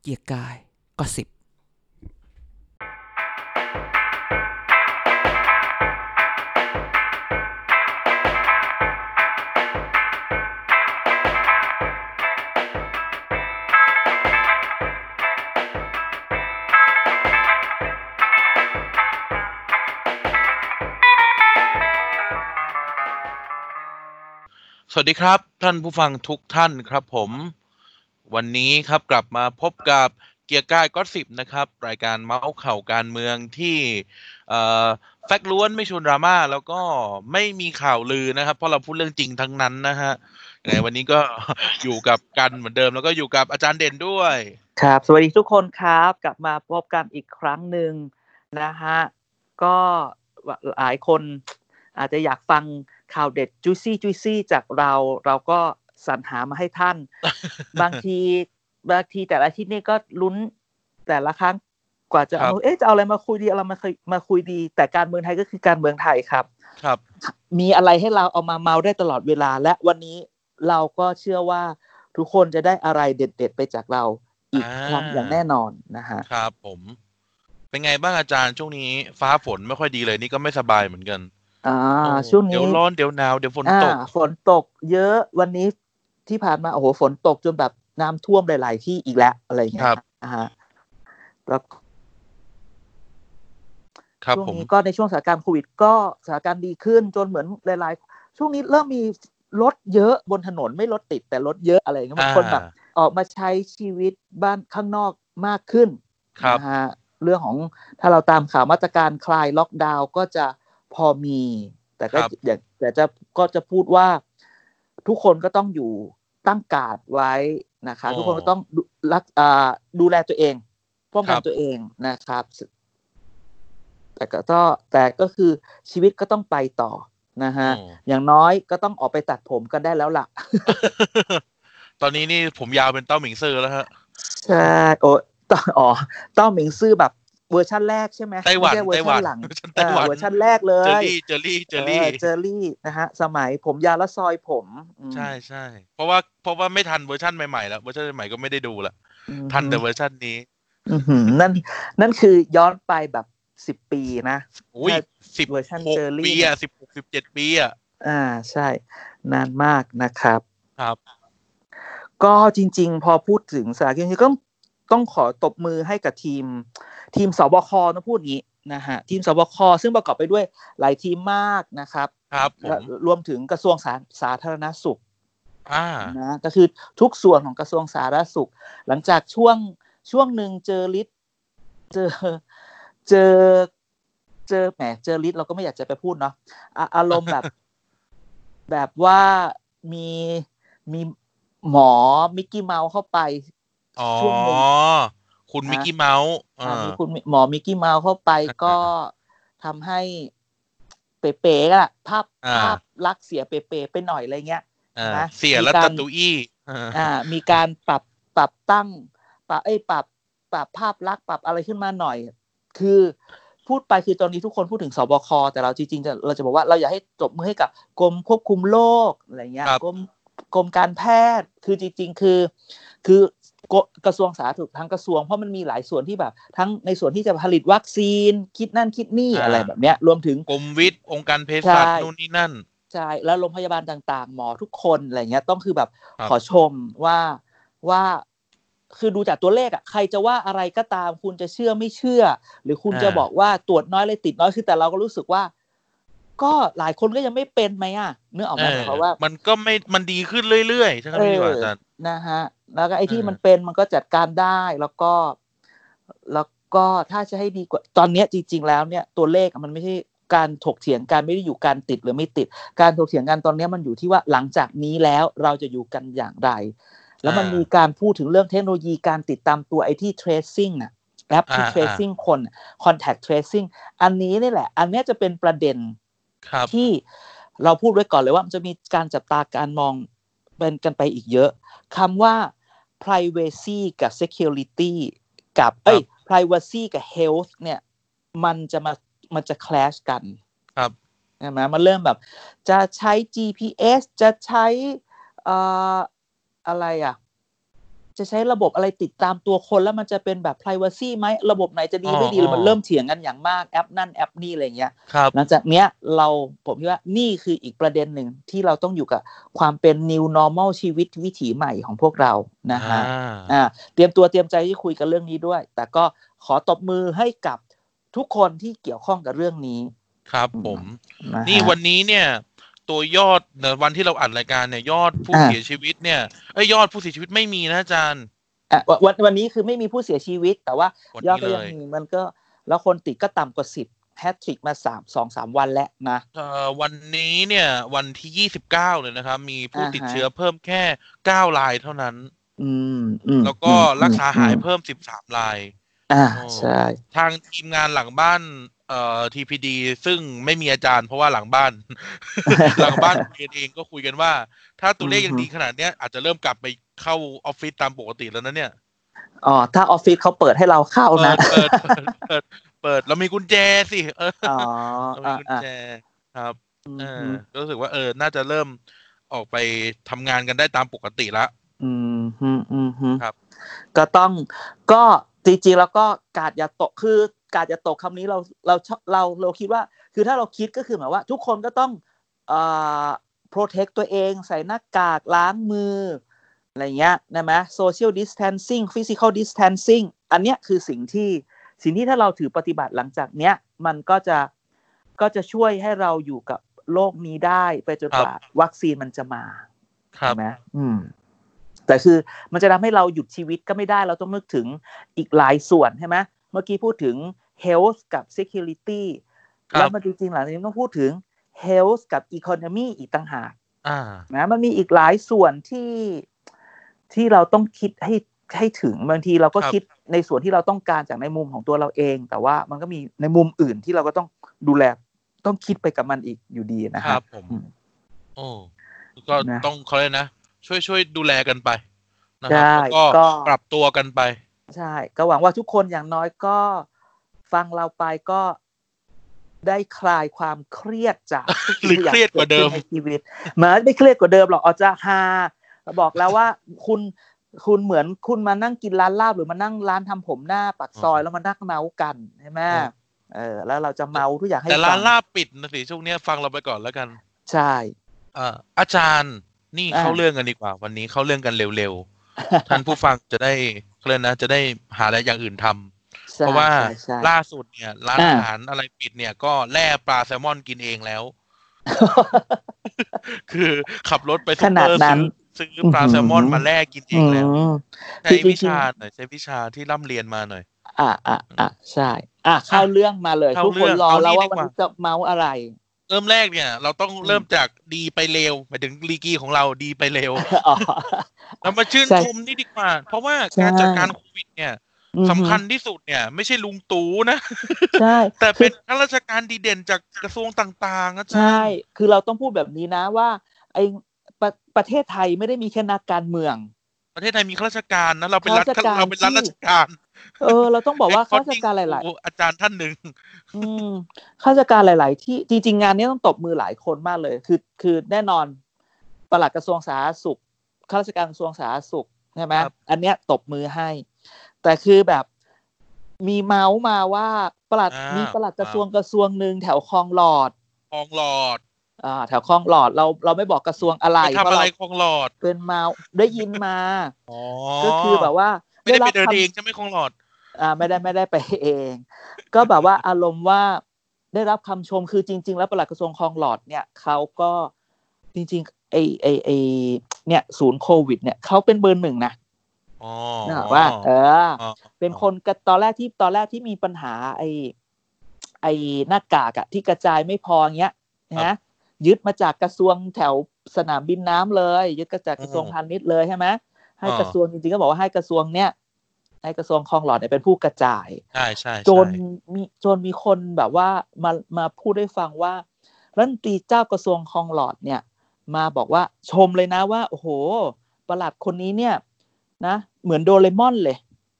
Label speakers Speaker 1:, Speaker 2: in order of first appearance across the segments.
Speaker 1: เกียร์กายก็สิบ
Speaker 2: สวัสดีครับ ท่านผู้ฟังทุกท่านครับผม วันนี้ครับกลับมาพบกับเกียร์กายก็สิบนะครับ รายการเมาส์ข่าวการเมืองที่เอ่อแฟกต์ล้วนไม่ชวนดราม่าแล้วก็ไม่มีข่าวลือนะครับ เพราะเราพูดเรื่องจริงทั้งนั้นนะฮะยังไงวันนี้ก็ อยู่กับกันเหมือนเดิม แล้วก็อยู่กับอาจารย์เด่นด้วย
Speaker 3: ครับ สวัสดีทุกคนครับ กลับมาพบกันอีกครั้งหนึ่งนะฮะ ก็หลายคนอาจจะอยากฟังข่าวเด็ดจุซี่จุซี่จากเรา เราก็สรรหามาให้ ท่าน บางทีบางทีแต่ละอาที่นี่ก็ลุ้นแต่ละครั้งกว่าจะ
Speaker 2: ครั
Speaker 3: เอา
Speaker 2: บ
Speaker 3: เอ๊ะจะเอาอะไรมาคุยดีเอาอะไรมาคุยมาคุยดี แต่การเมืองไทยก็คือการเมืองไทยครับ
Speaker 2: ครับ
Speaker 3: มีอะไรให้เราเอามาเมาได้ตลอดเวลา และวันนี้เราก็เชื่อว่าทุกคนจะได้อะไรเด็ด ๆ ไปจากเราอีก
Speaker 2: อ่า
Speaker 3: ครั้งอย่างแน่นอนนะฮะ
Speaker 2: ครับผม เป็นไงบ้างอาจารย์ช่วงนี้ ฟ้าฝนไม่ค่อยดีเลยนี่ก็ไม่สบายเหมือนกัน
Speaker 3: อ่า
Speaker 2: โอ้
Speaker 3: ช่วง
Speaker 2: เดี๋
Speaker 3: นี้
Speaker 2: ยวร้อนเดี๋ยวหนาวเดี๋ยวฝน
Speaker 3: อ่า
Speaker 2: ตก
Speaker 3: ฝนตกเยอะวันนี้ที่ผ่านมาโอ้โหฝนตกจนแบบน้ำท่วมหลาย ๆ ที่อีกแล้วอะไรอย่างเงี้ย
Speaker 2: ครับ
Speaker 3: อ่าฮะแล้ว
Speaker 2: ครับ
Speaker 3: ช่วง
Speaker 2: ผม
Speaker 3: นี้ก็ในช่วงสถานการณ์โควิดก็สถานการณ์ดีขึ้นจนเหมือนหลายๆ ช่วงนี้เริ่มมีรถเยอะบนถนนไม่รถติดแต่รถเยอะอะไรอย่างเงี้ยบางคนแบบ
Speaker 2: อ่า
Speaker 3: ออกมาใช้ชีวิตบ้านข้างนอกมากขึ้น
Speaker 2: ครับ
Speaker 3: นะฮะเรื่องของถ้าเราตามข่าวมาตรการคลายล็อกดาวน์ก็จะพอมี แต่ก็
Speaker 2: ครับ
Speaker 3: อย่างแต่จะก็จะพูดว่าทุกคนก็ต้องอยู่ตั้งการดไว้นะคะ ทุกคนก็ต้องดูรักอ่าดูแลตัวเองป้องกันตัวเองนะครับ แต่ก็ต้องแต่ก็คือชีวิตก็ต้องไปต่อนะฮะ
Speaker 2: อืม
Speaker 3: อย่างน้อยก็ต้องออกไปตัดผมกันได้แล้วล่ะ
Speaker 2: ตอนนี้นี่ผมยาวเป็นเต้าหมิงซื่อ แล้วฮะ
Speaker 3: ใช่โอ้ต้ออ๋อเต้าหมิงซื่อแบบเวอร์ชั่นแรกใช่ไหม
Speaker 2: ไต้หวัน
Speaker 3: ไม่ใช่เวอ
Speaker 2: ไต้ห
Speaker 3: ร์
Speaker 2: วัน
Speaker 3: ชันหลัง
Speaker 2: เวอร์ชัน
Speaker 3: เอ
Speaker 2: ไต้
Speaker 3: อ
Speaker 2: หวัน
Speaker 3: เวอร์ชันแรกเล
Speaker 2: เจอย รี่เจอรี่เจอ
Speaker 3: เอ
Speaker 2: รี่
Speaker 3: อเจอรี่นะฮะ สมัยผมยาวและซอยผมอืม
Speaker 2: ใช่ใช่เพราะว่าเพราะว่าไม่ทันเวอร์ชันใหม่ๆแล้วเวอร์ชันใหม่ๆก็ไม่ได้ดูละ
Speaker 3: อืม
Speaker 2: ทันแต่เวอร์ชันนี้
Speaker 3: อื้อหือนั่นนั่นคือย้อนไปแบบสิบปีนะ
Speaker 2: อุ้ย
Speaker 3: ใช่
Speaker 2: สิบ
Speaker 3: เวอร์ชัน
Speaker 2: หก
Speaker 3: เจอรี่
Speaker 2: ปีอะสิบหกสิบเจ็ดปีอะ
Speaker 3: อ่าใช่ นานมากนะครับ
Speaker 2: ครับ
Speaker 3: ก็จริง ๆ พอพูดถึงสถานการณ์นี้ก็ต้องขอตบมือให้กับทีม ทีมสบคนะพูดอย่างนี้นะฮะทีมสบคซึ่งประกอบไปด้วยหลายทีมมากนะครับ
Speaker 2: ครับผม
Speaker 3: และรวมถึงกระทรวงสาสาธารณสุข
Speaker 2: อ่า
Speaker 3: นะก็คือทุกส่วนของกระทรวงสาธารณสุข หลังจากช่วงช่วงหนึ่งเจอฤทธิ์เจอเจอเจอแหมเจอฤทธิ์เราก็ไม่อยากจะไปพูดเนาะอ่ะอารมณ์แบบ แบบว่ามีมีหมอมิกกี้เมาส์เข้าไป
Speaker 2: อ๋อ
Speaker 3: ช่วงหนึ่ง
Speaker 2: คุณมิกกี้เมาส์อ่า
Speaker 3: อ่ะมีคุณหมอมิกกี้เมาส์เข้า ไป
Speaker 2: อ่า
Speaker 3: ก็ทำให้เป๋ๆอะภาพ
Speaker 2: อ่า
Speaker 3: ภาพลักษณ์เสียเป๋ๆไปหน่อยอะไรเงี้ย
Speaker 2: อ่า
Speaker 3: นะ
Speaker 2: เสีย
Speaker 3: มี
Speaker 2: รั
Speaker 3: กา
Speaker 2: ต
Speaker 3: ร
Speaker 2: ตุอี้อ่า
Speaker 3: อ่ามีการปรับปรับตั้งปรับไอ้ยปรับปรับภาพลักษณ์ปรับอะไรขึ้นมาหน่อย คือพูดไปคือตอนนี้ทุกคนพูดถึงสบคแต่เราจริงๆจะเราจะบอกว่าเราอยากให้จบมือให้กับกรมควบคุมโรคอะไรเงี้ยกรมกรมการแพทย์คือจริง ๆ คือ คือกระกระทรวงสาธารณสุขทั้งกระทรวงเพราะมันมีหลายส่วนที่แบบ ทั้งในส่วนที่จะผลิตวัคซีน คิดนั่นคิดนี่อะไรแบบเนี้ยรวมถึง
Speaker 2: กรมวิทย์องค์การเภสัช
Speaker 3: ใช่
Speaker 2: นู่นนี่นั่น
Speaker 3: ใช่แล้วโรงพยาบาลต่างๆ หมอทุกคนอะไรเงี้ยต้องคือแบบ
Speaker 2: ครับ
Speaker 3: ขอชมว่าว่าคือดูจากตัวเลขอะใครจะว่าอะไรก็ตาม คุณจะเชื่อไม่เชื่อ หรือคุณ
Speaker 2: อ่า
Speaker 3: จะบอกว่าตรวจน้อยเลยติดน้อยคือแต่เราก็รู้สึกว่า ก็หลายคนก็ยังไม่เป็นไหมอะเนื้อออกไหม
Speaker 2: เออ
Speaker 3: เพราะว่า
Speaker 2: มันก็ไม่มันดีขึ้นเรื่อยๆใช่ไหมพี่ว่าอาจารย์
Speaker 3: นะฮะแล้วก็ไอ้ที่
Speaker 2: เออ
Speaker 3: มันเป็นมันก็จัดการได้แล้วก็ แล้วก็ถ้าจะให้ดีกว่าตอนเนี้ยจริง ๆ แล้วเนี่ยตัวเลขอะมันไม่ใช่การถกเถียงกันไม่ได้อยู่การติดหรือไม่ติด การถกเถียงกันตอนเนี้ยมันอยู่ที่ว่าหลังจากนี้แล้วเราจะอยู่กันอย่างไร แล้วมันมีการพูดถึงเรื่องเทคโนโลยีการติดตามตัวไอ้ที่ tracing อะแอปที่
Speaker 2: อ่าอ่า
Speaker 3: tracing คน contact tracing อันนี้นี่แหละ อันเนี้ยจะเป็นประเด็น
Speaker 2: ครับ
Speaker 3: ที่เราพูดไว้ก่อนเลยว่ามันจะมีการจับตาการมองเป็นกันไปอีกเยอะคำว่า privacy กับ security กับเอ้ย privacy กับ health เนี่ย มันจะมามันจะ clash กัน
Speaker 2: ครับ
Speaker 3: ใช่ไหมมันเริ่มแบบ จะใช้ GPS จะใช้เอ่ออะไรอ่ะ จะใช้ระบบอะไรติดตามตัวคนแล้วมันจะเป็นแบบ p r i เวซีไหมระบบไหนจะดีไม่ดี
Speaker 2: อ๋อ
Speaker 3: มันเริ่มเถียงกันอย่างมากแอปนั่นแอปนี่อะไรอย่างเงี้ย
Speaker 2: ครับ
Speaker 3: หลังจากเนี้ยเราผมคิดว่านี่คืออีกประเด็นหนึ่งที่เราต้องอยู่กับความเป็น new normal ชีวิตวิถีใหม่ของพวกเรานะฮะ อ่าเตรียมตัวเตรียมใจที่คุยกันเรื่องนี้ด้วย แต่ก็ขอตบมือให้กับทุกคนที่เกี่ยวข้องกับเรื่องนี้
Speaker 2: ครับผม
Speaker 3: ะฮะ
Speaker 2: นี่วันนี้เนี่ย ตัวยอดเนี่ยวันที่เราอัดรายการเนี่ยยอดผู้
Speaker 3: อ่า
Speaker 2: เสียชีวิตเนี่ยเอ้ยยอดผู้เสียชีวิตไม่มีนะอาจารย์
Speaker 3: อ่ะวันวันวันนี้คือไม่มีผู้เสียชีวิต แต่ว่า
Speaker 2: วัน
Speaker 3: ยอด
Speaker 2: นี้
Speaker 3: ก็
Speaker 2: เล
Speaker 3: ยัง
Speaker 2: ย
Speaker 3: มีมันก็แล้วคนติดก็ต่ำกว่าสิบแฮตทริกมาสามสองสามวันแล้วนะ
Speaker 2: เอ่อวันนี้เนี่ย วันที่ยี่สิบเก้าเลยนะครับ มีผู้
Speaker 3: อ่าฮะ
Speaker 2: ติดเชื้อเพิ่มแค่เก้ารายเท่านั้น
Speaker 3: อืมอืม
Speaker 2: แล้วก็
Speaker 3: อืม
Speaker 2: รักษาหาย
Speaker 3: อืม
Speaker 2: เพิ่มสิบสามราย
Speaker 3: อ่า
Speaker 2: อ๋อ
Speaker 3: ใช่
Speaker 2: ทางทีมงานหลังบ้านเอ่อ TPD ซึ่งไม่มีอาจารย์เพราะว่าหลังบ้าน หลังบ้านคุยกันเองก็คุยกันว่า ถ้าตัวเลขยังดีขนาดเนี้ยอาจจะเริ่มกลับไปเข้าออฟฟิศตามปกติแล้วนะเนี่ย
Speaker 3: อ๋อถ้าออฟฟิศเขาเปิดให้เราเข้า
Speaker 2: เปิ
Speaker 3: นะ
Speaker 2: ดเปิดเปิดเปิดเปิดเรามีกุญแจสิเออ
Speaker 3: อ๋อ
Speaker 2: เรามีกุญ
Speaker 3: อ่าอ่า
Speaker 2: แจครับ
Speaker 3: อืม
Speaker 2: เออ
Speaker 3: อื
Speaker 2: อ
Speaker 3: ม
Speaker 2: รู้สึกว่าเออน่าจะเริ่มออกไปทำงานกันได้ตามปกติละ
Speaker 3: อืมอืมอืมอืม
Speaker 2: ครับ
Speaker 3: ก็ต้องก็จริงๆแล้วก็กาดอย่าตกคือกาดอย่าตกคำนี้เราเราชอบเราเราคิดว่า คือถ้าเราคิดก็คือหมายว่า ทุกคนก็ต้องเอ่อ protect ตัวเอง ใส่หน้ากากล้างมือ อะไรเงี้ยนะไหม social distancing physical distancing อันเนี้ยคือสิ่งที่สิ่งที่ถ้าเราถือปฏิบัติหลังจากเนี้ย มันก็จะก็จะช่วยให้เราอยู่กับโลกนี้ได้ไปจนกว่าวัคซีนมันจะมา
Speaker 2: ครับ
Speaker 3: ใช่ไหมอืม แต่คือมันจะทำให้เราหยุดชีวิตก็ไม่ได้เราต้องนึกถึงอีกหลายส่วนใช่ไหมเมื่อกี้พูดถึง health กับ security
Speaker 2: ครับ
Speaker 3: แล้วมันจริงๆหลังจากนี้มันต้องพูดถึง health กับ economy อีกต่างหาก
Speaker 2: อ่า
Speaker 3: นะมันมีอีกหลายส่วนที่ที่เราต้องคิดให้ให้ถึงบางทีเราก็
Speaker 2: ครับ
Speaker 3: คิดในส่วนที่เราต้องการจากในมุมของตัวเราเอง แต่ว่ามันก็มีในมุมอื่นที่เราก็ต้องดูแลต้องคิดไปกับมันอีกอยู่ดีนะ
Speaker 2: ค
Speaker 3: ค
Speaker 2: รั
Speaker 3: รั
Speaker 2: บบ ผม
Speaker 3: อืม
Speaker 2: โอ้ก็
Speaker 3: นะ
Speaker 2: ต้องเขาเลยกนะ ช่วยช่วยดูแลกันไปนะค
Speaker 3: ใช่
Speaker 2: รับแล้วก็
Speaker 3: ก็
Speaker 2: ปรับตัวกันไป
Speaker 3: ใช่ก็หวังว่าทุกคนอย่างน้อยก็ฟังเราไปก็ได้คลายความเครียดจากทุสิ่งทุง
Speaker 2: หรือเครียดกว่าเดิม
Speaker 3: ในชีวิตเหมือนไม่เครียดกว่าเดิมหรอกอาจจะฮาบอกแล้วว่าคุณคุณเหมือนคุณมานั่งกินร้านลาบหรือมานั่งร้านทำผมหน้าปากซอยแล้วมานั่งเมาส์กันใช่ไหมเออ แล้วเราจะเมาทุกอย่างให้
Speaker 2: แต่ร้าน
Speaker 3: ฟัง
Speaker 2: ลาบปิดนะสิช่วงเนี้ยฟังเราไปก่อนแล้วกัน
Speaker 3: ใช่
Speaker 2: เอ่ออาจารย์นี่
Speaker 3: อ่า
Speaker 2: เข้าเรื่องกันดีกว่า วันนี้เข้าเรื่องกันเร็วๆ ท่านผู้ฟังจะได้เขาเรียกนะจะได้หาอะไรอย่างอื่นทำ
Speaker 3: ใช่
Speaker 2: เพราะว่า
Speaker 3: ใช่ใช่
Speaker 2: ล่าสุดเนี่ย ร้าน
Speaker 3: อ่า
Speaker 2: อาหารอะไรปิดเนี่ย ก็แล่ปลาแซลมอนกินเอง แล้ว คือขับรถไป
Speaker 3: ขนาดนั้น
Speaker 2: ซื้อซื้อปลาแซลมอนมาแล่กินเอ
Speaker 3: อื
Speaker 2: งแล้ว
Speaker 3: ม
Speaker 2: ใช้
Speaker 3: คือจริงๆ
Speaker 2: วิชาหน่อยใช้วิชาที่ร่ำเรียนมาหน่อย
Speaker 3: อ่ะอ่ะอ่ะใช่ อ่ะเข้าเรื่องมาเลย
Speaker 2: เข้า
Speaker 3: ทุกคน
Speaker 2: เรื่อง
Speaker 3: รอ
Speaker 2: เอา
Speaker 3: แล้ว
Speaker 2: นี่ดี
Speaker 3: ว่า
Speaker 2: ก
Speaker 3: วัน
Speaker 2: ว่า
Speaker 3: นี้จะเมาส์อะไร
Speaker 2: เริ่มแรกเนี่ย เราต้อง
Speaker 3: อืม
Speaker 2: เริ่มจากดีไปเร็วหมายถึงลีกีของเราดีไปเร็ว
Speaker 3: อ๋อ
Speaker 2: เรามาชื่น
Speaker 3: ใช่
Speaker 2: ชมนี่ดีกว่า เพราะว่า
Speaker 3: ใช่
Speaker 2: การจัดการโควิดเนี่ย
Speaker 3: อือหือ
Speaker 2: สำคัญที่สุดเนี่ย ไม่ใช่ลุงตู่นะ
Speaker 3: ใช่
Speaker 2: แต่
Speaker 3: คื
Speaker 2: เป็
Speaker 3: อน
Speaker 2: ข้าราชการดีเด่นจากกระทรวงต่างๆอาจาร
Speaker 3: ใช่
Speaker 2: ย์
Speaker 3: คือเราต้องพูดแบบนี้นะว่าไอประประเทศไทยไม่ได้มีแค่นักการเมือง
Speaker 2: ประเทศไทยมีข้าราชการนะเราเป็นรัฐ
Speaker 3: ข้าราชการ
Speaker 2: เราเป็นรัฐ
Speaker 3: ที่
Speaker 2: ราชการ
Speaker 3: เออ เราต้องบอกว่าข้าราชการหลาย
Speaker 2: โอ้อาจารย์ท่านหนึ่ง
Speaker 3: ๆ อืมข้าราชการหลาย ๆ ที่จริง ๆ งานนี้ต้องตบมือหลายคนมากเลย คือ คือแน่นอนปลัดกระทรวงสาธารณสุขข้าราชการกระทรวงสาธารณสุขใช่ไหม
Speaker 2: ครับ
Speaker 3: อันเนี้ยตบมือให้ แต่คือแบบมีเมาส์มาว่าปลัดมีปลัดกระทรวงกระทรวงหนึ่งแถวคลองหลอด
Speaker 2: คลองหลอด
Speaker 3: อ่าแถวคลองหลอดเราเราไม่บอกกระทรวงอะไร
Speaker 2: ไปทำ
Speaker 3: เพราะ
Speaker 2: อะไร
Speaker 3: เรา
Speaker 2: คลองหลอด
Speaker 3: เป็นมาได้ยินมา
Speaker 2: อ๋อ
Speaker 3: ก็คือแบบว่า
Speaker 2: ไม่ได้ไป
Speaker 3: รับ
Speaker 2: เดินเอง
Speaker 3: คำ
Speaker 2: ใช่ไหมคลองหลอด
Speaker 3: อ่าไม่ได้ไม่ได้ไปเอง ก็แบบว่าอารมณ์ว่าได้รับคำชมคือจริง ๆ แล้วปลัดกระทรวงคลองหลอดเนี่ยเขาก็จริงๆไอไอไอเนี่ยศูนย์โควิดเนี่ยเขาเป็นเบอร์หนึ่งนะ
Speaker 2: อ๋อ
Speaker 3: นะว่า เออ
Speaker 2: อ๋อ
Speaker 3: เป็นคนกระตอนแรกที่ตอนแรกที่มีปัญหา ไอ้ไอ้หน้ากากอะที่กระจายไม่พอเงี้ย
Speaker 2: ครั
Speaker 3: นะ
Speaker 2: บ
Speaker 3: ยึดมาจากกระทรวงแถวสนามบินน้ำเลย ยึดกระจากกระทรวง
Speaker 2: อืม
Speaker 3: พาณิชย์เลยใช่ไหมให้
Speaker 2: อ่า
Speaker 3: กระทรวงจริงๆก็บอกว่าให้กระทรวงเนี้ยให้กระทรวงคลองหลอดเนี่ยเป็นผู้กระจาย
Speaker 2: ใช่ใช่
Speaker 3: จ
Speaker 2: ใช่
Speaker 3: นมีจนมีคนแบบว่ามามาพูดให้ฟังว่ารัฐมนตรีเจ้ากระทรวงคลองหลอดเนี่ย มาบอกว่าชมเลยนะว่า โอ้โหประหลัดคนนี้เนี่ย นะ เหมือนโดเรมอนเลย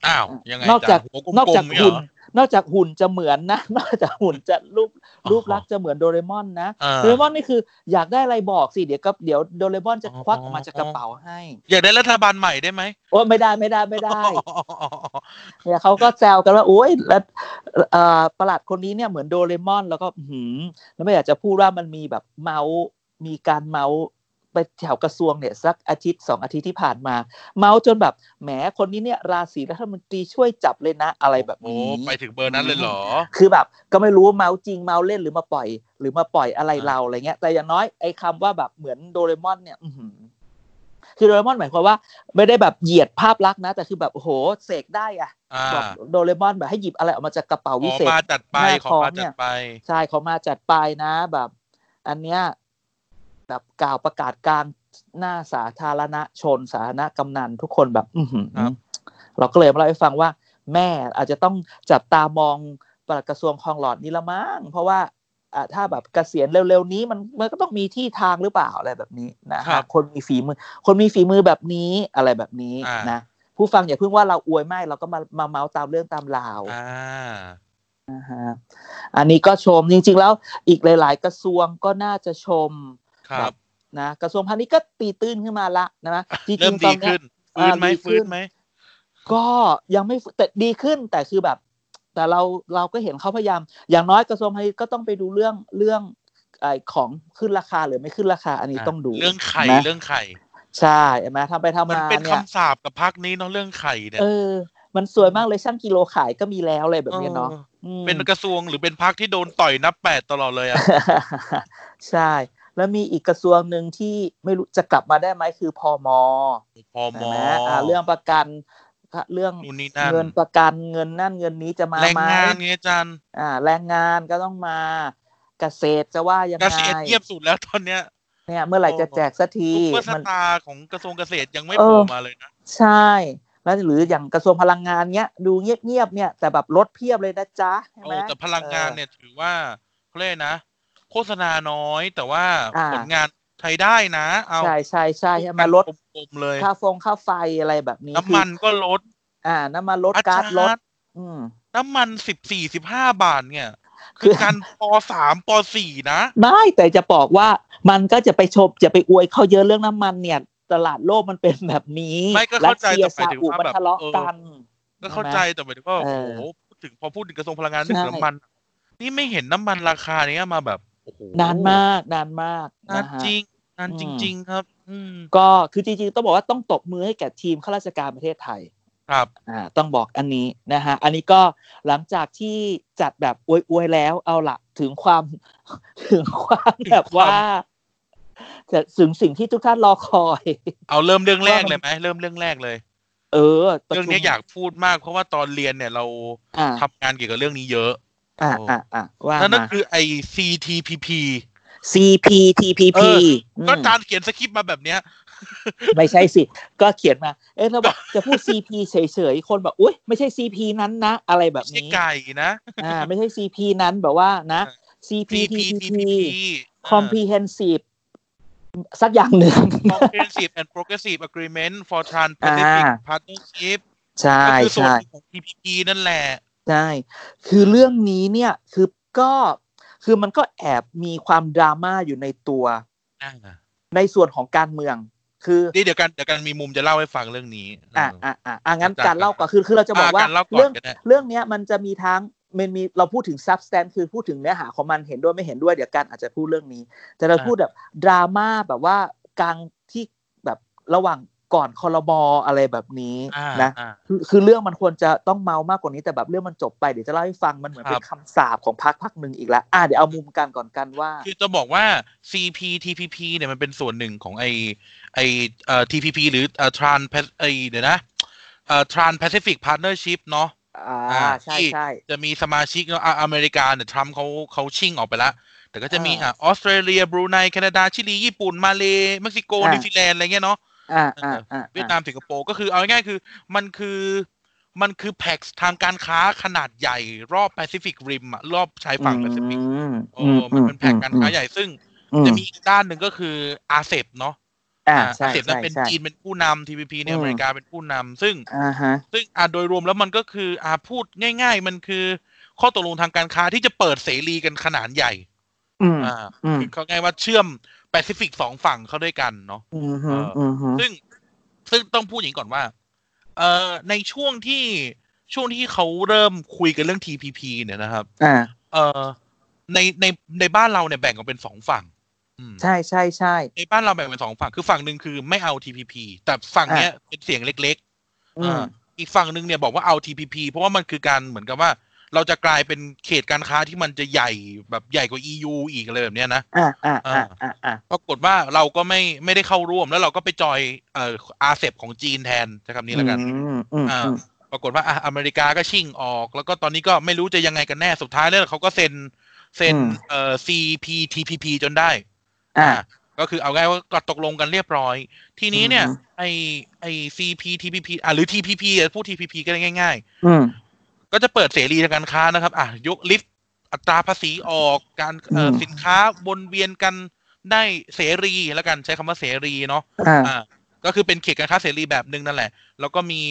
Speaker 2: อ้าวยังไง
Speaker 3: นอกจาก
Speaker 2: ะหัวลมๆ
Speaker 3: นอกจาก
Speaker 2: เยเหร
Speaker 3: หุ่น นอกจากหุ่นจะเหมือนนะ นอกจากหุ่นจะรูปรูปลักษณ์จะเหมือนโดเรมอนนะ
Speaker 2: อ่า
Speaker 3: โดเรมอนนี่คืออยากได้อะไรบอกสิเดี๋ยวก็เดี๋ยวโดเรมอนจะ
Speaker 2: อ๋อ
Speaker 3: ควักออกมาจากกระเป๋าให้
Speaker 2: อยากได้รัฐบาลใหม่ได้ไหม
Speaker 3: โอ้ไม่ได้ไม่ได้ไม่ได้
Speaker 2: อ๋ออ๋ออ๋อ
Speaker 3: เนี่ยเขาก็แซวกันว่าโอ้ยแล้วเอ่อประหลัดคนนี้เนี่ยเหมือนโดเรมอนแล้วก็อื้อหืมแล้วไม่อยากจะพูดว่ามันมีแบบเมาส์มีการเมาส์ไปแถวกระทรวงเนี่ยสักอาทิตย์สองอาทิตย์ที่ผ่านมา เมาส์จนแบบแหมคนนี้เนี่ยราศีรัฐมนตรีช่วยจับเลยนะอะไรแบบ
Speaker 2: โอ้
Speaker 3: นี้
Speaker 2: ไปถึงเบอร์นั้นเลยเหรอ
Speaker 3: คือแบบก็ไม่รู้ว่าเมาส์จริงเมาส์เล่นหรือมาปล่อย หรือมาปล่อยอะไร
Speaker 2: อ่า
Speaker 3: เราอะไรเงี้ย แต่อย่างน้อยไอ้คำว่าแบบเหมือนโดเรมอนเนี่ย อื้อหือ คือโดเรมอนหมายความว่า ไม่ได้แบบเหยียดภาพลักษณ์นะ แต่คือแบบโอ้โหเสกได้อะ
Speaker 2: อ่า
Speaker 3: บอกโดเรมอนแบบให้หยิบอะไรออกมาจากกระเป๋า
Speaker 2: ข
Speaker 3: วิ
Speaker 2: อ
Speaker 3: เศษ
Speaker 2: มาจัดไป
Speaker 3: หน้า
Speaker 2: ขอ
Speaker 3: ข
Speaker 2: มา
Speaker 3: อง
Speaker 2: จั
Speaker 3: เนี่ย
Speaker 2: ดไป
Speaker 3: ใช่เขามาจัดไปนะแบบ อันเนี้ยแบบกล่าวประกาศกลางหน้าสาธารณชนสาธารณกำนันทุกคนแบบ อือหือ
Speaker 2: ครับ
Speaker 3: เราก็เลยมาเล่าให้ฟังว่า แม่อาจจะต้องจับตามองปลัดกระทรวงคลองหลอดนี่ละมั้งเพราะว่าอ่ะถ้าแบบเกษียณเร็วๆนี้มันมันก็ต้องมีที่ทางหรือเปล่าอะไรแบบนี้นะ
Speaker 2: ครั
Speaker 3: ฮะ
Speaker 2: บ
Speaker 3: คนมีฝีมือ คนมีฝีมือแบบนี้อะไรแบบนี้
Speaker 2: อ่าน
Speaker 3: นะผู้ฟังอย่าเพิ่งว่าเราอวยไม่เราก็มามาเมาส์ตามเรื่องตามราว
Speaker 2: อ่า
Speaker 3: นะฮะอันนี้ก็ชมจริงๆแล้วอีกหลาย ๆ กระทรวงก็น่าจะชม
Speaker 2: ครับ
Speaker 3: นะกระทรวงพาณิชย์ก็ตีตื้นขึ้นมาละนะจริ
Speaker 2: เริ่
Speaker 3: ง
Speaker 2: ม
Speaker 3: ๆต
Speaker 2: ดี
Speaker 3: อนเนี้
Speaker 2: ขึ้
Speaker 3: ย
Speaker 2: น ฟื้นไหม
Speaker 3: อ่าดีขึ้น
Speaker 2: ฟื้นไหม
Speaker 3: ก็ยังไม่แต่ดีขึ้นแต่คือแบบ แต่เราเราก็เห็นเขาพยายาม อย่างน้อยกระทรวงพาณิชย์ก็ต้องไปดูเรื่องเรื่องไอของขึ้นราคาหรือไม่ขึ้นราคา อันนี้
Speaker 2: อ่ะ
Speaker 3: ต้องดู
Speaker 2: เรื่องไข่
Speaker 3: นะ
Speaker 2: เรื่องไข่
Speaker 3: ใช่เห็นไหมทำไปทำ
Speaker 2: มัน
Speaker 3: มา
Speaker 2: เป็น
Speaker 3: เนี่ย
Speaker 2: คำสาปกับพักนี้เนาะเรื่องไข่เนี่ย
Speaker 3: เออ มันสวยมากเลยช่างกิโลขายก็มีแล้วอะไรแบบเนี้ยเนาะ
Speaker 2: ออ
Speaker 3: อืม
Speaker 2: เป็นกระทรวงหรือเป็นพักที่โดนต่อยนับแปดตลอดเลยอ่ะ
Speaker 3: ใช่ แล้วมีอีกกระทรวงหนึ่งที่ไม่รู้จะกลับมาได้ไหมคือพอมอ
Speaker 2: พอม
Speaker 3: ใช่ไหมอ่าเรื่องประกันเรื่อง
Speaker 2: นู่นนี่นั่น
Speaker 3: เงินประกันเงินนั่นเงินนี้จะมา
Speaker 2: แรง
Speaker 3: ไหม
Speaker 2: งานไงอาจารย์
Speaker 3: อ่า แรงงานก็ต้องมา เกษตรจะว่ายัง
Speaker 2: เก
Speaker 3: ไง
Speaker 2: ษตรเงียบสุดแล้วตอนเนี้ย
Speaker 3: เนี่ย เมื่อไหร่จะแจกสักที
Speaker 2: ซุปเปอร์ส
Speaker 3: มัน
Speaker 2: ตาร์ของกระทรวงเกษตรยังไม่
Speaker 3: เออ
Speaker 2: โผล่มาเลยนะ
Speaker 3: ใช่ แล้วหรืออย่างกระทรวงพลังงานเนี้ยดูเงียบๆเนี่ย แต่แบบลดเพียบเลยนะจ๊ะใช่
Speaker 2: โอ้
Speaker 3: ไหม
Speaker 2: แต่พลังงานเนี่ยถือว่าเขาเรียกนะ โฆษณาน้อยแต่ว่า
Speaker 3: อ่า
Speaker 2: ผลงานใช้ได้นะเอา
Speaker 3: ใช่ใช่ใช่ใช่มาลด
Speaker 2: กลมๆเลย
Speaker 3: ค่าฟงค่าไฟอะไรแบบนี้
Speaker 2: น้ำ
Speaker 3: คือ
Speaker 2: มันก็ลด
Speaker 3: อ่าน้ำมันลด
Speaker 2: อา
Speaker 3: ก๊า
Speaker 2: จา
Speaker 3: ซลด
Speaker 2: รย์
Speaker 3: อืม
Speaker 2: น้ำมันสิบสี่สิบห้าบาทเนี่ย
Speaker 3: คื
Speaker 2: คือ อ การปสามปสี่นะ
Speaker 3: ไม่แต่จะบอกว่ามันก็จะไปชมจะไปอวยเขาเยอะเรื่องน้ำมันเนี่ย ตลาดโลกมันเป็นแบบนี้
Speaker 2: ไม่ก็
Speaker 3: รั
Speaker 2: เข้า
Speaker 3: ส
Speaker 2: ใจ
Speaker 3: เซีย
Speaker 2: แต่หมา
Speaker 3: ซาย
Speaker 2: ถึง
Speaker 3: อุ
Speaker 2: ว่า
Speaker 3: มัน
Speaker 2: แบบ
Speaker 3: ทะเลาะ
Speaker 2: เออ
Speaker 3: กัน
Speaker 2: ก็เข้าใจแต่หมายถึงว่า
Speaker 3: เอ
Speaker 2: โอ้
Speaker 3: อ
Speaker 2: โหพูดถึงพอพูดถึงกระทรวงพลังงาน
Speaker 3: ใช่
Speaker 2: นึกถึงน้ำมัน นี่ไม่เห็นน้ำมันราคาเนี้ยมาแบบโอ้โห
Speaker 3: นานมากนานมาก
Speaker 2: นาน
Speaker 3: นะฮะ
Speaker 2: จริงนาน
Speaker 3: อืม
Speaker 2: จริง ๆ ครับ อืม
Speaker 3: ก็คือจริงๆ ต้องบอกว่าต้องตบมือให้แก่ทีมข้าราชการประเทศไทย
Speaker 2: ครับ
Speaker 3: อ่าต้องบอกอันนี้นะฮะอันนี้ก็หลังจากที่จัดแบบอวยๆแล้วเอาละถึงความ ถึงความแบบว่าจะถึงสิ่งที่ทุกท่านรอคอย
Speaker 2: เอาเริ่มเรื่องแรกเลยไหมเริ่มเรื่องแรกเลย
Speaker 3: เออประชุม
Speaker 2: เรื่องเนี้ยอยากพูดมากเพราะว่าตอนเรียนเนี่ยเรา
Speaker 3: อ่า
Speaker 2: ทำงานเกี่ยวกับเรื่องนี้เยอะ
Speaker 3: อ่าอ่าอ่าว่า
Speaker 2: นั่นก็
Speaker 3: มา
Speaker 2: คือไอ CTPP
Speaker 3: CPTPP
Speaker 2: เออ
Speaker 3: ม
Speaker 2: ก็อาจารย์เขียนสคริปต์มาแบบเนี้ย
Speaker 3: ไม่ใช่สิ ก็เขียนมา เอ๊ะเราบอกจะพูด CP เฉยๆ คนแบบอุ้ยไม่ใช่ CP นั้นนะ อะไรแบบ
Speaker 2: ไม่ใช่
Speaker 3: นี้
Speaker 2: ไก่นะ
Speaker 3: อ่าไม่ใช่ CP นั้นแบบว่านะ
Speaker 2: อ่า
Speaker 3: CPTPP
Speaker 2: CPTPP
Speaker 3: comprehensive สักอย่างหนึ่ง
Speaker 2: Comprehensive and Progressive Agreement for Trans-Pacific
Speaker 3: อ่า
Speaker 2: Partnership
Speaker 3: ใช่
Speaker 2: ก็คือส่วน
Speaker 3: ใช่
Speaker 2: หนึ่งของ TPP นั่นแหละ
Speaker 3: ใช่ คือเรื่องนี้เนี่ย คือก็ คือมันก็แอบมีความดราม่าอยู่ในตัว ในส่วนของการเมือง คือ
Speaker 2: นี่เดี๋ยวกันเดี๋ยวกันมีมุมจะเล่าให้ฟังเรื่องนี้
Speaker 3: อ่ะอ่ะอ่ะอ่ะงั้น
Speaker 2: อาจารย์
Speaker 3: การเล่าก่อนคือคือเราจะบอกว่า
Speaker 2: อ่ะการเล่าก่อน
Speaker 3: เรื่อง
Speaker 2: ก็ได้
Speaker 3: เรื่องเนี้ยมันจะมีทั้งมันมีเราพูดถึง substance คือพูดถึงเนื้อหาของมันเห็นด้วยไม่เห็นด้วยเดี๋ยวกันอาจจะพูดเรื่องนี้ แต่เราพูดแบบดราม่าแบบว่ากลางที่แบบระหว่างก่อนคอรมออะไรแบบนี้
Speaker 2: อ่า
Speaker 3: นะ
Speaker 2: อ่า
Speaker 3: คือคือเรื่องมันควรจะต้องเมามากกว่านี้แต่แบบเรื่องมันจบไปเดี๋ยวจะเล่าให้ฟังมันเหมือน
Speaker 2: ครั
Speaker 3: เป็
Speaker 2: บ
Speaker 3: นคำสาปของพักพักหนึ่งอีกแล้วอ่ะเดี๋ยวเอามุมกันก่อนกันว่า
Speaker 2: คือจะบอกว่า CPTPP เนี่ยมันเป็นส่วนหนึ่งของไอไอเอ่อ TPP หรือเอ่อ Trans ไอเดี๋ยวนะเอ่อ Trans Pacific Partnership เนาะ
Speaker 3: อ่า
Speaker 2: อ่า
Speaker 3: ใช่
Speaker 2: ที่
Speaker 3: ใช่
Speaker 2: จะมีสมาชิกเนอะอ่ะอเมริกาเนี่ยทรัมป์เขาเขาชิ่งออกไปละแต่ก็จะมีอ่ะออสเตรเลีย บรูไน แคนาดา ชิลี ญี่ปุ่น มาเลเม็กซิโก นิวซีแลนด์ อะไรเงี้ยเนาะ
Speaker 3: อ่าอ่าอ่า
Speaker 2: เวียดนาม สิงคโปร์ ก็คือเอาง่ายๆคือ มันคือมันคือแพ็กทางการค้าขนาดใหญ่รอบแปซิฟิกริมอะรอบชายฝั่งแปซิฟิก
Speaker 3: อืม
Speaker 2: โอ้มันเป็นแพ็กการค้าใหญ่ซึ่ง
Speaker 3: อืม
Speaker 2: จะมีอีกด้านหนึ่งก็คืออาเซบเนาะ
Speaker 3: อ่าใช่
Speaker 2: เสียบนั้
Speaker 3: ใช่
Speaker 2: นเป็น
Speaker 3: ใช่
Speaker 2: จีนเป็นผู้นำทีพีพีเนี่ย
Speaker 3: อื
Speaker 2: อ
Speaker 3: ม
Speaker 2: เมริกาเป็นผู้นำซึ่ง
Speaker 3: อ่าฮะ
Speaker 2: ซึ่งอ่าโดยรวมแล้วมันก็คืออ่าพูดง่าย ๆ มันคือ ข้อตกลงทางการค้าที่จะเปิดเสรีกันขนาดใหญ่
Speaker 3: อืม
Speaker 2: อ่า
Speaker 3: อืม
Speaker 2: คือเขาง่ายว่าเชื่อมแปซิฟิกสองฝั่งเข้าด้วยกันเนาะ
Speaker 3: อืมฮึอืมฮึ
Speaker 2: ซึ่งซึ่งต้องพูดอย่างนี้ก่อนว่า เอ่อในช่วงที่ช่วงที่เขาเริ่มคุยกันเรื่อง TPP เนี่ยนะครับ
Speaker 3: อ่า
Speaker 2: เอ่อในในในบ้านเราเนี่ยแบ่งออกเป็นสองฝั่งอืม
Speaker 3: ใช่ใช่ใช่
Speaker 2: ในบ้านเราแบ่งเป็นสองฝั่งคือฝั่งหนึ่งคือไม่เอา TPP แต่ฝั่งเนี้ยเป็นเสียงเล็ก ๆ
Speaker 3: อืม
Speaker 2: อ่าอีกฝั่งหนึ่งเนี่ยบอกว่าเอา TPP เพราะว่ามันคือการเหมือนกับว่า เราจะกลายเป็นเขตการค้าที่มันจะใหญ่แบบใหญ่กว่า EU อีกอะไรแบบเนี้ยนะ
Speaker 3: อ่าอ่าอ่าอ่าอ่า
Speaker 2: ปรากฏว่าเราก็ไม่ไม่ได้เข้าร่วมแล้วเราก็ไปจอยเอ่ออาเซบของจีนแทนใช้คำนี้แล้วกัน
Speaker 3: อืมอืม
Speaker 2: อ่า
Speaker 3: อืม
Speaker 2: ปรากฏว่าอ่ะอเมริกาก็ชิ่งออก แล้วก็ตอนนี้ก็ไม่รู้จะยังไงกันแน่สุดท้ายแล้วเขาก็เซ็นเซ็นเอ่อ CPTPP จนได้
Speaker 3: อ่า
Speaker 2: ก็คือเอาง่ายว่าก็ตกลงกันเรียบร้อย ทีนี้เนี่ย
Speaker 3: อือฮึ
Speaker 2: ไอไอ CPTPP อ่ะหรือ TPP อ่ะพูด TPP ก็ได้ง่าย ๆ
Speaker 3: อืม
Speaker 2: ก็จะเปิดเสรีทางการค้านะครับ อ่ะ ยกลิฟต์อัตราภาษีออก การเอ่อ
Speaker 3: อืม
Speaker 2: สินค้าวนเวียนกันได้เสรีแล้วกันใช้คำว่าเสรีเนาะ
Speaker 3: อ่า
Speaker 2: อ่า ก็คือเป็นเขตการค้าเสรีแบบหนึ่งนั่นแหละ แล้วก็มี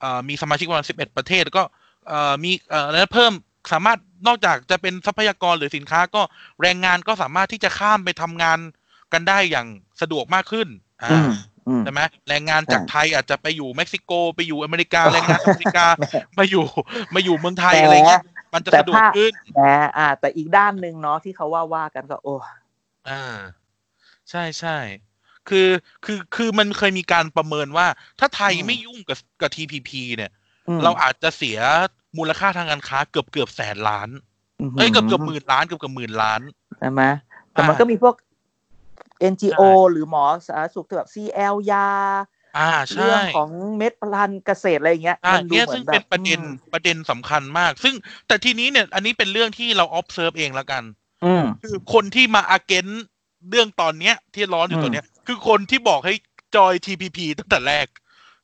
Speaker 2: เอ่อมีสมาชิกประมาณสิบเอ็ดประเทศ แล้วก็เอ่อมีเอ่อแล้วเพิ่มสามารถนอกจากจะเป็นทรัพยากรหรือสินค้าก็แรงงานก็สามารถที่จะข้ามไปทำงานกันได้อย่างสะดวกมากขึ้น อ่า
Speaker 3: อืมอืม
Speaker 2: ใช่ไหมแรงงานจาก
Speaker 3: อ่า
Speaker 2: ไทยอาจจะไปอยู่เม็กซิโกไปอยู่อเมริ กาแรงงานอเมริกา มาอยู่มาอยู่เมืองไทย
Speaker 3: แต่
Speaker 2: อะไรเงี้ยมันจะ
Speaker 3: แต่
Speaker 2: สะดวก
Speaker 3: ภาพ
Speaker 2: ขึ้น
Speaker 3: แต่อ่า แต่อีกด้านหนึ่งเนาะที่เขาว่าว่ากันก็โอ้
Speaker 2: อ่า ใช่ใช่คือคือคือมันเคยมีการประเมินว่า ถ้าไทย
Speaker 3: อืม
Speaker 2: ไม่ยุ่งกับกับ TPP เนี่ย
Speaker 3: อืม
Speaker 2: เราอาจจะเสียมูลค่าทางการค้าเกือบเกือบแสนล้าน
Speaker 3: หื
Speaker 2: เอ้ยเกือบเกือบหมื่นล้านเกือบเกือบหมื่นล้าน
Speaker 3: ใช่ไหมแต่มันก็มีพวก NGO หรือหมอสาธารณสุขที่แบบ CL ยา
Speaker 2: อ่า
Speaker 3: เรื่
Speaker 2: ใช่
Speaker 3: องของเม็ดพลันเกษตรอะไรอย่างเงี้ย
Speaker 2: อ่า
Speaker 3: มันดู
Speaker 2: เนี่ย
Speaker 3: เหมือ
Speaker 2: ซึ่ง
Speaker 3: นแบ
Speaker 2: เป็
Speaker 3: บ
Speaker 2: นประเด็นประเด็นสำคัญมาก ซึ่งแต่ทีนี้เนี่ย อันนี้เป็นเรื่องที่เรา observe เองละกัน
Speaker 3: อืม
Speaker 2: คือคนที่มาอาเกนเรื่องตอนเนี้ย ที่ร้อนอยู่
Speaker 3: อืม
Speaker 2: ตอนเนี้ย คือคนที่บอกให้จอย TPP ตั้งแต่แรก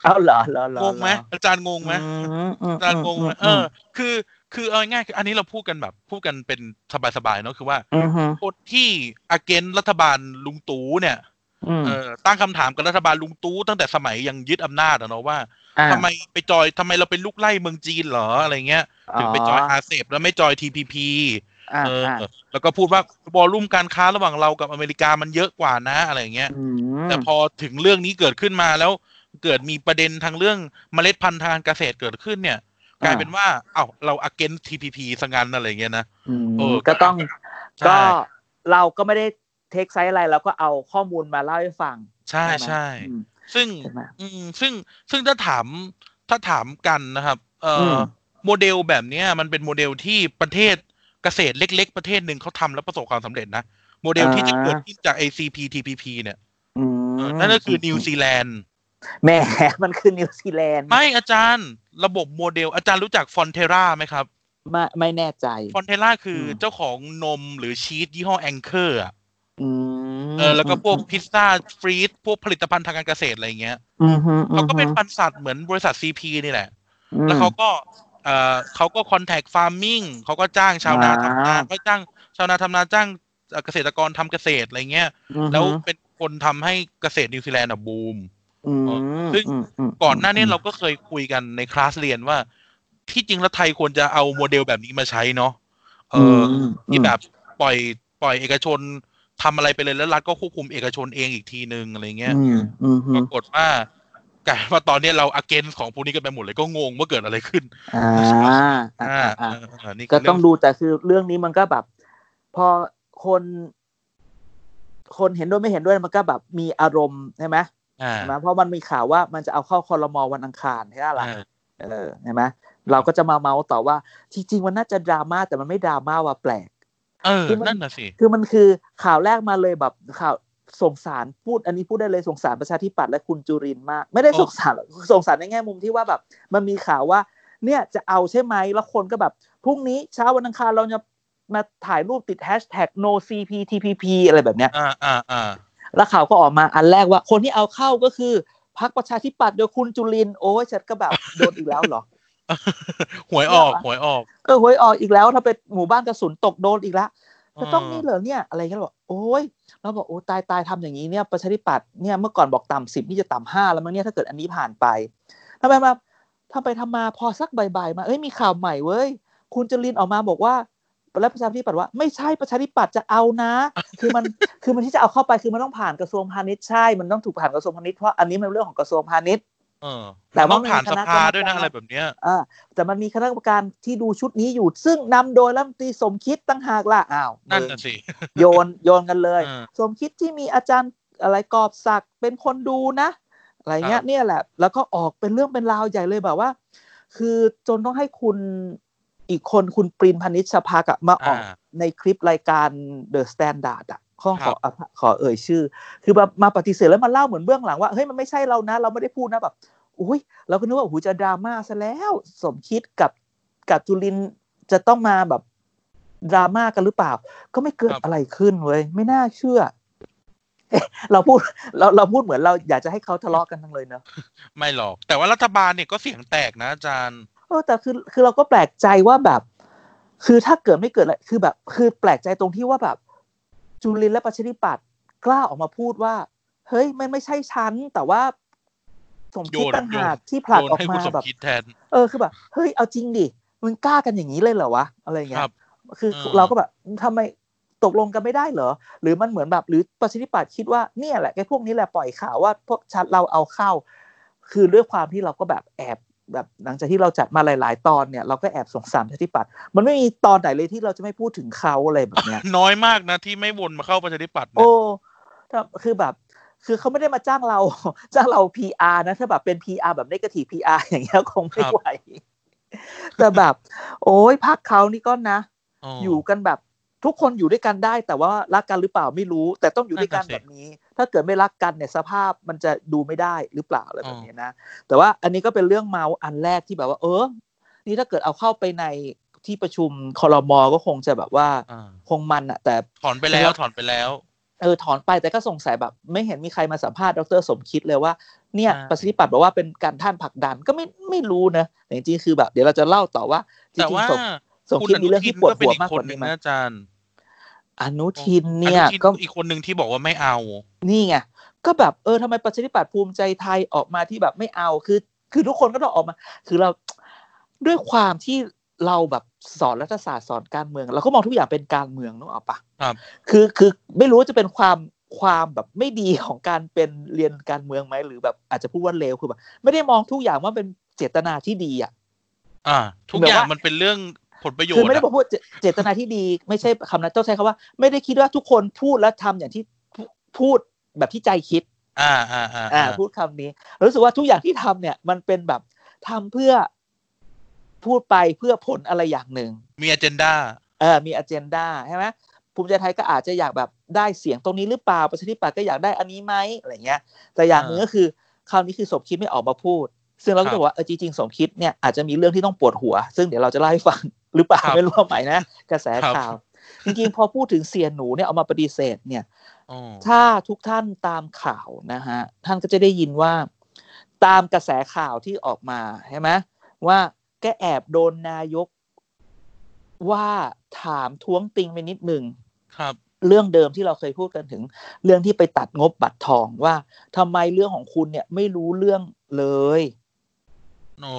Speaker 3: เอาเหรอเหรอเหรอง
Speaker 2: งไหมอาจารย์งงไหม
Speaker 3: อืมอืม
Speaker 2: อาจารย์งงไหมเออ
Speaker 3: ม
Speaker 2: คือ คือเอาง่ายๆคืออันนี้เราพูดกันแบบพูดกันเป็นสบายๆเนาะคือว่า
Speaker 3: อืมอืม
Speaker 2: คนที่อาเกนรัฐบาลลุงตู่เนี่ย
Speaker 3: อืม
Speaker 2: เออตั้งคำถามกับรัฐบาลลุงตู่ตั้งแต่สมัยยังยึดอำนาจอะเนาะว่า
Speaker 3: อ่า
Speaker 2: ทำไมไปจอยทำไมเราเป็นลูกไล่เมืองจีนเหรออะไรเงี้ยถึงไปจอยอาเซบแล้วไม่จอย TPP
Speaker 3: อ่า
Speaker 2: เออ
Speaker 3: อ่า
Speaker 2: แล้วก็พูดว่าวอลลุ่มการค้าระหว่างเรากับอเมริกามันเยอะกว่านะอะไรอย่างเงี้ย
Speaker 3: อืม
Speaker 2: แต่พอถึงเรื่องนี้เกิดขึ้นมาแล้วเกิดมีประเด็นทางเรื่องเมล็ดพันธุ์ทางการเกษตรเกิดขึ้นเนี่ย กลายเป็นว่าเอ้าเรา against TPP สังานอะไรอย่างเงี้ยนะ
Speaker 3: อืม
Speaker 2: เออ
Speaker 3: ก็ต้อง
Speaker 2: ใช่
Speaker 3: ก็เราก็ไม่ได้เทคไซส์อะไรเราก็เอาข้อมูลมาเล่าให้ฟัง
Speaker 2: ใช่
Speaker 3: ไหม
Speaker 2: ใช่
Speaker 3: อืม
Speaker 2: ซึ่ง
Speaker 3: ใช่ไหม
Speaker 2: อืมซึ่งซึ่งถ้าถามถ้าถามกันนะครับเอออ
Speaker 3: ม
Speaker 2: โมเดลแบบเนี้ยมันเป็นโมเดลที่ประเทศเกษตรเล็ก ๆ ประเทศหนึ่งเขาทำแล้วประสบความสำเร็จนะโมเดลที่จะเกิดขึ้นจาก ACP TPP เนี่ย
Speaker 3: อืม
Speaker 2: เออนั่นก็คือนิวซีแลนด์
Speaker 3: แหม่ มันคือนิวซีแลนด์
Speaker 2: ไม่อาจารย์ระบบโมเดล อาจารย์รู้จักฟอนเทราไหมครับ
Speaker 3: ไม่ไม่แน่ใจ
Speaker 2: ฟอนเทราคืออ
Speaker 3: ม
Speaker 2: เจ้าของนมหรือชีสยี่ห้อแองเกอร์
Speaker 3: อืม
Speaker 2: เออแล้วก็พวกพิซซ่าฟรีสพวกผลิตภัณฑ์ทางการเกษตรอะไรอย่างเงี้ย
Speaker 3: อืมฮึอืมฮึ
Speaker 2: เขาก็เป็นบริษัทเหมือนบริษัทซีพีนี่แหละ
Speaker 3: อืม
Speaker 2: แล้วเขาก็เออเขาก็คอนแทคฟาร์มมิ่งเขาก็จ้างชาวนาทำนา
Speaker 3: อ่า
Speaker 2: ก็จ้างชาวนาทำนาจ้างเอ่อเกษตรกรทำเกษตรอะไรเงี้ย
Speaker 3: อืมฮึ
Speaker 2: แล้วเป็นคนทำให้เกษตรนิวซีแลนด์อะบูม
Speaker 3: อืม
Speaker 2: ซึ่ง
Speaker 3: มม
Speaker 2: ก่อนหน้านี้เราก็เคยคุยกันในคลาสเรียนว่า ที่จริงแล้วไทยควรจะเอาโมเดลแบบนี้มาใช้เนาะเออ
Speaker 3: ม
Speaker 2: ที่แบบปล่อยปล่อยเอกชนทำอะไรไปเลยแล้วรัฐก็ควบคุมเอกชนเองอีกทีนึงอะไรเงี้ย
Speaker 3: อืมอืมฮึ
Speaker 2: ปรากฏว่ากลายมาตอนนี้เราอเกนของพวกนี้กันไปหมดเลยก็งงว่าเกิดอะไรขึ้น
Speaker 3: อ่าอ่า
Speaker 2: อ่า
Speaker 3: อ่า
Speaker 2: อ่านี่
Speaker 3: ก็
Speaker 2: คืเรื่
Speaker 3: ต้องดูแต่คือเรื่องนี้มันก็แบบ พอคน คนเห็นด้วยไม่เห็นด้วยมันก็แบบมีอารมณ์ใช่ไหม
Speaker 2: อ่า
Speaker 3: ใช่ไหมเพราะมันมีข่าวว่ามันจะเอาเข้าคอรมอวันอังคารใช่ไหมล่ะ
Speaker 2: อ่า
Speaker 3: เออใช่ไหมเราก็จะมาเมาส์ต่อว่าจริงๆมันน่าจะดราม่าแต่มันไม่ดราม่าว่าแปลก
Speaker 2: เออ
Speaker 3: คือมัน
Speaker 2: นั่นน่ะสิ
Speaker 3: คือมันคือข่าวแรกมาเลยแบบข่าวสงสารพูดอันนี้พูดได้เลยสงสารประชาธิปัตย์และคุณจุรินทร์มาก ไม่ได้สงสารหรอกสงสารในแง่มุมที่ว่าแบบ มันมีข่าวว่า เนี่ยจะเอาใช่ไหมแล้วคนก็แบบพรุ่งนี้เช้าวันอังคารเราจะมาถ่ายรูปติดแฮชแท็ก no cptpp อะไรแบบเนี้ย
Speaker 2: อ่าอ่าอ่า
Speaker 3: แล้วข่าวก็ออกมาอันแรกว่า คนที่เอาเข้าก็คือพักประชาธิปัตย์โดยคุณจุรินทร์โอ้ยฉันก็แบบโดนอีกแล้วเหรอ
Speaker 2: หวยออกหวยออก
Speaker 3: เออหวยออกอีกแล้วถ้าเป็นหมู่บ้านกระสุนตกโดนอีกแล้ว จะต้องนี่เหรอเนี่ยอะไรเงี้ยบอกโอ้ยเราบอกโอ้ตายตายทำอย่างนี้เนี่ยประชาธิปัตย์เนี่ยเมื่อก่อนบอกต่ำสิบนี่จะต่ำห้าแล้วมั้งเนี่ยถ้าเกิดอันนี้ผ่านไปทำไมมาทำไปทำมาพอสักบ่ายๆมาเอ้ยมีข่าวใหม่เว้ย คุณจรินออกมาบอกว่าแล้วประชาธิปัตย์ว่าไม่ใช่ประชาธิปัตย์จะเอา นะ คือมันคือมันที่จะเอาเข้าไปคือมันต้องผ่านกระทรวงพาณิชย์ใช่ มันต้องถูกผ่านกระทรวงพาณิชย์เพราะอันนี้มันเรื่องของกระทรวงพาณิชย์
Speaker 2: เออ
Speaker 3: แต่ว่า
Speaker 2: ต้องผ่านส
Speaker 3: มันมีคณะ
Speaker 2: ภาก
Speaker 3: รรม
Speaker 2: ด้วยนะ
Speaker 3: การ
Speaker 2: อะไรแบบเนี้ย
Speaker 3: อ่าแต่มันมีคณะกรรมการที่ดูชุดนี้อยู่ ซึ่งนำโดยรัฐมนตรีสมคิดตั้งหากล่ะอ้าว
Speaker 2: นั่น
Speaker 3: มึง
Speaker 2: น่ะสิ
Speaker 3: โยนโยนกันเลย
Speaker 2: อ่า
Speaker 3: สมคิดที่มีอาจารย์อะไรกอบศักดิ์เป็นคนดูนะอะไรเงี้
Speaker 2: ครั
Speaker 3: ย
Speaker 2: บ
Speaker 3: เนี่ยแหละ แล้วก็ออกเป็นเรื่องเป็นราวใหญ่เลยแบบว่า คือจนต้องให้คุณอีกคนคุณปรินพนิชชภักดิ์อะมาออก
Speaker 2: อ่า
Speaker 3: ในคลิปรายการ The Standard อ่ะข้อ
Speaker 2: ค
Speaker 3: ข
Speaker 2: รั
Speaker 3: อบ อภขอเอ่ยชื่อ คือแบบมาปฏิเสธแล้วมาเล่าเหมือนเบื้องหลังว่า เฮ้ย มันไม่ใช่เรานะ เราไม่ได้พูดนะแบบอุ้ยเราก็นึกว่าโอ้โหจะดราม่าซะแล้ว สมคิดกับกับจุลินจะต้องมาแบบดราม่ากันหรือเปล่า ก็ไม่เกิด
Speaker 2: ครับ
Speaker 3: อะไรขึ้นเว้ย ไม่น่าเชื่อ เอ๊ะเราพูดเราเราพูดเหมือนเราอยากจะให้เขาทะเลาะกันทั้งเลยเนอะ
Speaker 2: ไม่หรอก แต่ว่ารัฐบาลเนี่ยก็เสียงแตกนะอาจารย์
Speaker 3: เออแต่คือคือเราก็แปลกใจว่าแบบ คือถ้าเกิดไม่เกิดอะไรคือแบบ คือแปลกใจตรงที่ว่าแบบ จุลินและประชาธิปัตย์กล้าออกมาพูดว่า เฮ้ยมันไม่ใช่ฉัน แต่ว่าสม
Speaker 2: โย
Speaker 3: คิด
Speaker 2: น
Speaker 3: ต่าง
Speaker 2: โย
Speaker 3: หาก
Speaker 2: น
Speaker 3: ที่ผลัก
Speaker 2: โยน
Speaker 3: ออก
Speaker 2: ให้
Speaker 3: มา
Speaker 2: คุณสม
Speaker 3: แบบ
Speaker 2: คิดแทน
Speaker 3: เออคือแบบเฮ้ยเอาจริงดิมึงกล้ากันอย่างนี้เลยเหรอวะอะไรอย่างเงี้
Speaker 2: ค
Speaker 3: ย
Speaker 2: รับ
Speaker 3: คือ
Speaker 2: เออ
Speaker 3: เราก็แบบทำไมตกลงกันไม่ได้เหรอ หรือมันเหมือนแบบหรือประชาธิปัตย์คิดว่าเนี่ยแหละไอ้พวกนี้แหละปล่อยข่าวว่าพวกชัดเราเอาเข้า คือด้วยความที่เราก็แบบแอบแบบหลังจากที่เราจัดมาหลาย ๆ ตอนเนี่ยเราก็แอบสงสารประชาธิปัตย์มันไม่มีตอนไหนเลยที่เราจะไม่พูดถึงเขาอะไรแบบเนี้ย
Speaker 2: น้อยมากนะที่ไม่วนมาเข้าประชาธิปัตย์นะ
Speaker 3: โอ้ถ้าคือแบบ คือเขาไม่ได้มาจ้างเรา จ้างเรา PR นะ ถ้าแบบเป็น PR แบบ negative PR อย่างเงี้ยคงไม่ไหว แต่แบบ โอ้ยพักเขานี่ก็นะ
Speaker 2: อ๋ออ
Speaker 3: อยู่กันแบบทุกคนอยู่ด้วยกันได้ แต่ว่ารักกันหรือเปล่าไม่รู้ แต่ต้องอยู่ด้วยกัน
Speaker 2: นั่นน่ะสิ
Speaker 3: แบบนี้ ถ้าเกิดไม่รักกันเนี่ยสภาพมันจะดูไม่ได้หรือเปล่าอะไร
Speaker 2: อ๋อ
Speaker 3: แบบเนี้ยนะ แต่ว่าอันนี้ก็เป็นเรื่องเมาส์อันแรกที่แบบว่า เออ นี่ถ้าเกิดเอาเข้าไปในที่ประชุมคอรมอก็คงจะแบบว่า
Speaker 2: อ่า
Speaker 3: คงมันอะแต่
Speaker 2: ถอนไปแล้วถอนไปแล้ว
Speaker 3: เออถอนไปแต่ก็สงสัยแบบ ไม่เห็นมีใครมาสัมภาษณ์ดรสมคิดเลยว่าเนี่ย
Speaker 2: ใช่
Speaker 3: ประสิทธิปัตย์บอกว่าเป็นการท่านผลักดันก็ไม่ไม่รู้นะแต่จริงๆคือแบบ เดี๋ยวเราจะเล่าต่อว่าจ
Speaker 2: แต่
Speaker 3: ริง
Speaker 2: ว่า
Speaker 3: ๆสมสม
Speaker 2: คุณ
Speaker 3: คิด
Speaker 2: อ
Speaker 3: มี
Speaker 2: นุ
Speaker 3: เรื่อง
Speaker 2: ทิน
Speaker 3: ที่ปวด
Speaker 2: ก็เป็น
Speaker 3: หัว
Speaker 2: อีก
Speaker 3: มาก
Speaker 2: ค
Speaker 3: ก
Speaker 2: น
Speaker 3: ว่า
Speaker 2: หนึ่
Speaker 3: นี้
Speaker 2: ง
Speaker 3: ไหม
Speaker 2: นะอาจารย์
Speaker 3: อนุทินเนี่ย
Speaker 2: อทิ
Speaker 3: ก็
Speaker 2: อีกคนหนึ่งที่บอกว่าไม่เอา
Speaker 3: นี่ไงก็แบบเออทำไมประชาธิปัตย์ภูมิใจไทยออกมาที่แบบไม่เอาคือ คือทุกคนก็ต้องออกมา คือเราด้วยความที่เราแบบสอนรัฐศาสตร์สอนการเมืองเราก็มองทุกอย่างเป็นการเมืองนึกออกปะ
Speaker 2: ครับ
Speaker 3: คือคือไม่รู้ว่าจะเป็นความความแบบไม่ดีของการเป็นเรียนการเมืองไหมหรือแบบอาจจะพูดว่าเลวคือแบบไม่ได้มองทุกอย่างว่าเป็นเจตนาที่ดีอ่ะ
Speaker 2: อ่า ทุก
Speaker 3: แบบ
Speaker 2: อย่าง
Speaker 3: ว่า
Speaker 2: มันเป็นเรื่องผลประโยช
Speaker 3: คือ
Speaker 2: น์
Speaker 3: ไม่ได้
Speaker 2: อะ
Speaker 3: บอกว่าเจเจตนาที่ดี ไม่ใช่คำนั้นต้องใช้คำว่า ไม่ได้คิดว่าทุกคนพูดและทำอย่างที่พูพูดแบบที่ใจคิด
Speaker 2: อ่าอ่าอ่า
Speaker 3: อ่า พูดคำนี้รู้สึกว่าทุกอย่างที่ทำเนี่ยมันเป็นแบบทำเพื่อพูดไปเพื่อผลอะไรอย่างหนึ่ง
Speaker 2: มีอเจนดา
Speaker 3: เออมีอเจนดาใช่ไหมภูมิใจไทยก็อาจจะอยากแบบได้เสียงตรงนี้หรือเปล่าประชาธิปัตย์ก็อยากได้อันนี้ไหมอะไรเงี้ย แต่อย่างหนึ่ง
Speaker 2: อ่า
Speaker 3: ก็คือ คราวนี้คือสมคิดไม่ออกมาพูด ซึ่งเรา
Speaker 2: ค
Speaker 3: ก็
Speaker 2: รับ
Speaker 3: จะบอกว่าเออจริงๆสมคิดเนี่ยอาจจะมีเรื่องที่ต้องปวดหัว ซึ่งเดี๋ยวเราจะเล่าให้ฟัง หรือเปล่า
Speaker 2: ครับ
Speaker 3: ไม่รู้ว่าไหมนะ กระแส
Speaker 2: ครับ
Speaker 3: ข่าว จริงๆพอพูดถึงเสียหนูเนี่ยเอามาปฏิเสธเนี่ย
Speaker 2: อ๋อ
Speaker 3: ถ้าทุกท่านตามข่าวนะฮะ ท่านก็จะได้ยินว่า ตามกระแสข่าวที่ออกมาใช่ไหมว่าแกแอบโดนนายก ว่าถามท้วงติงไปนิดหนึ่ง
Speaker 2: ครับ
Speaker 3: เรื่องเดิมที่เราเคยพูดกันถึง เรื่องที่ไปตัดงบบัตรทองว่าทำไมเรื่องของคุณเนี่ยไม่รู้เรื่องเลย
Speaker 2: โอ้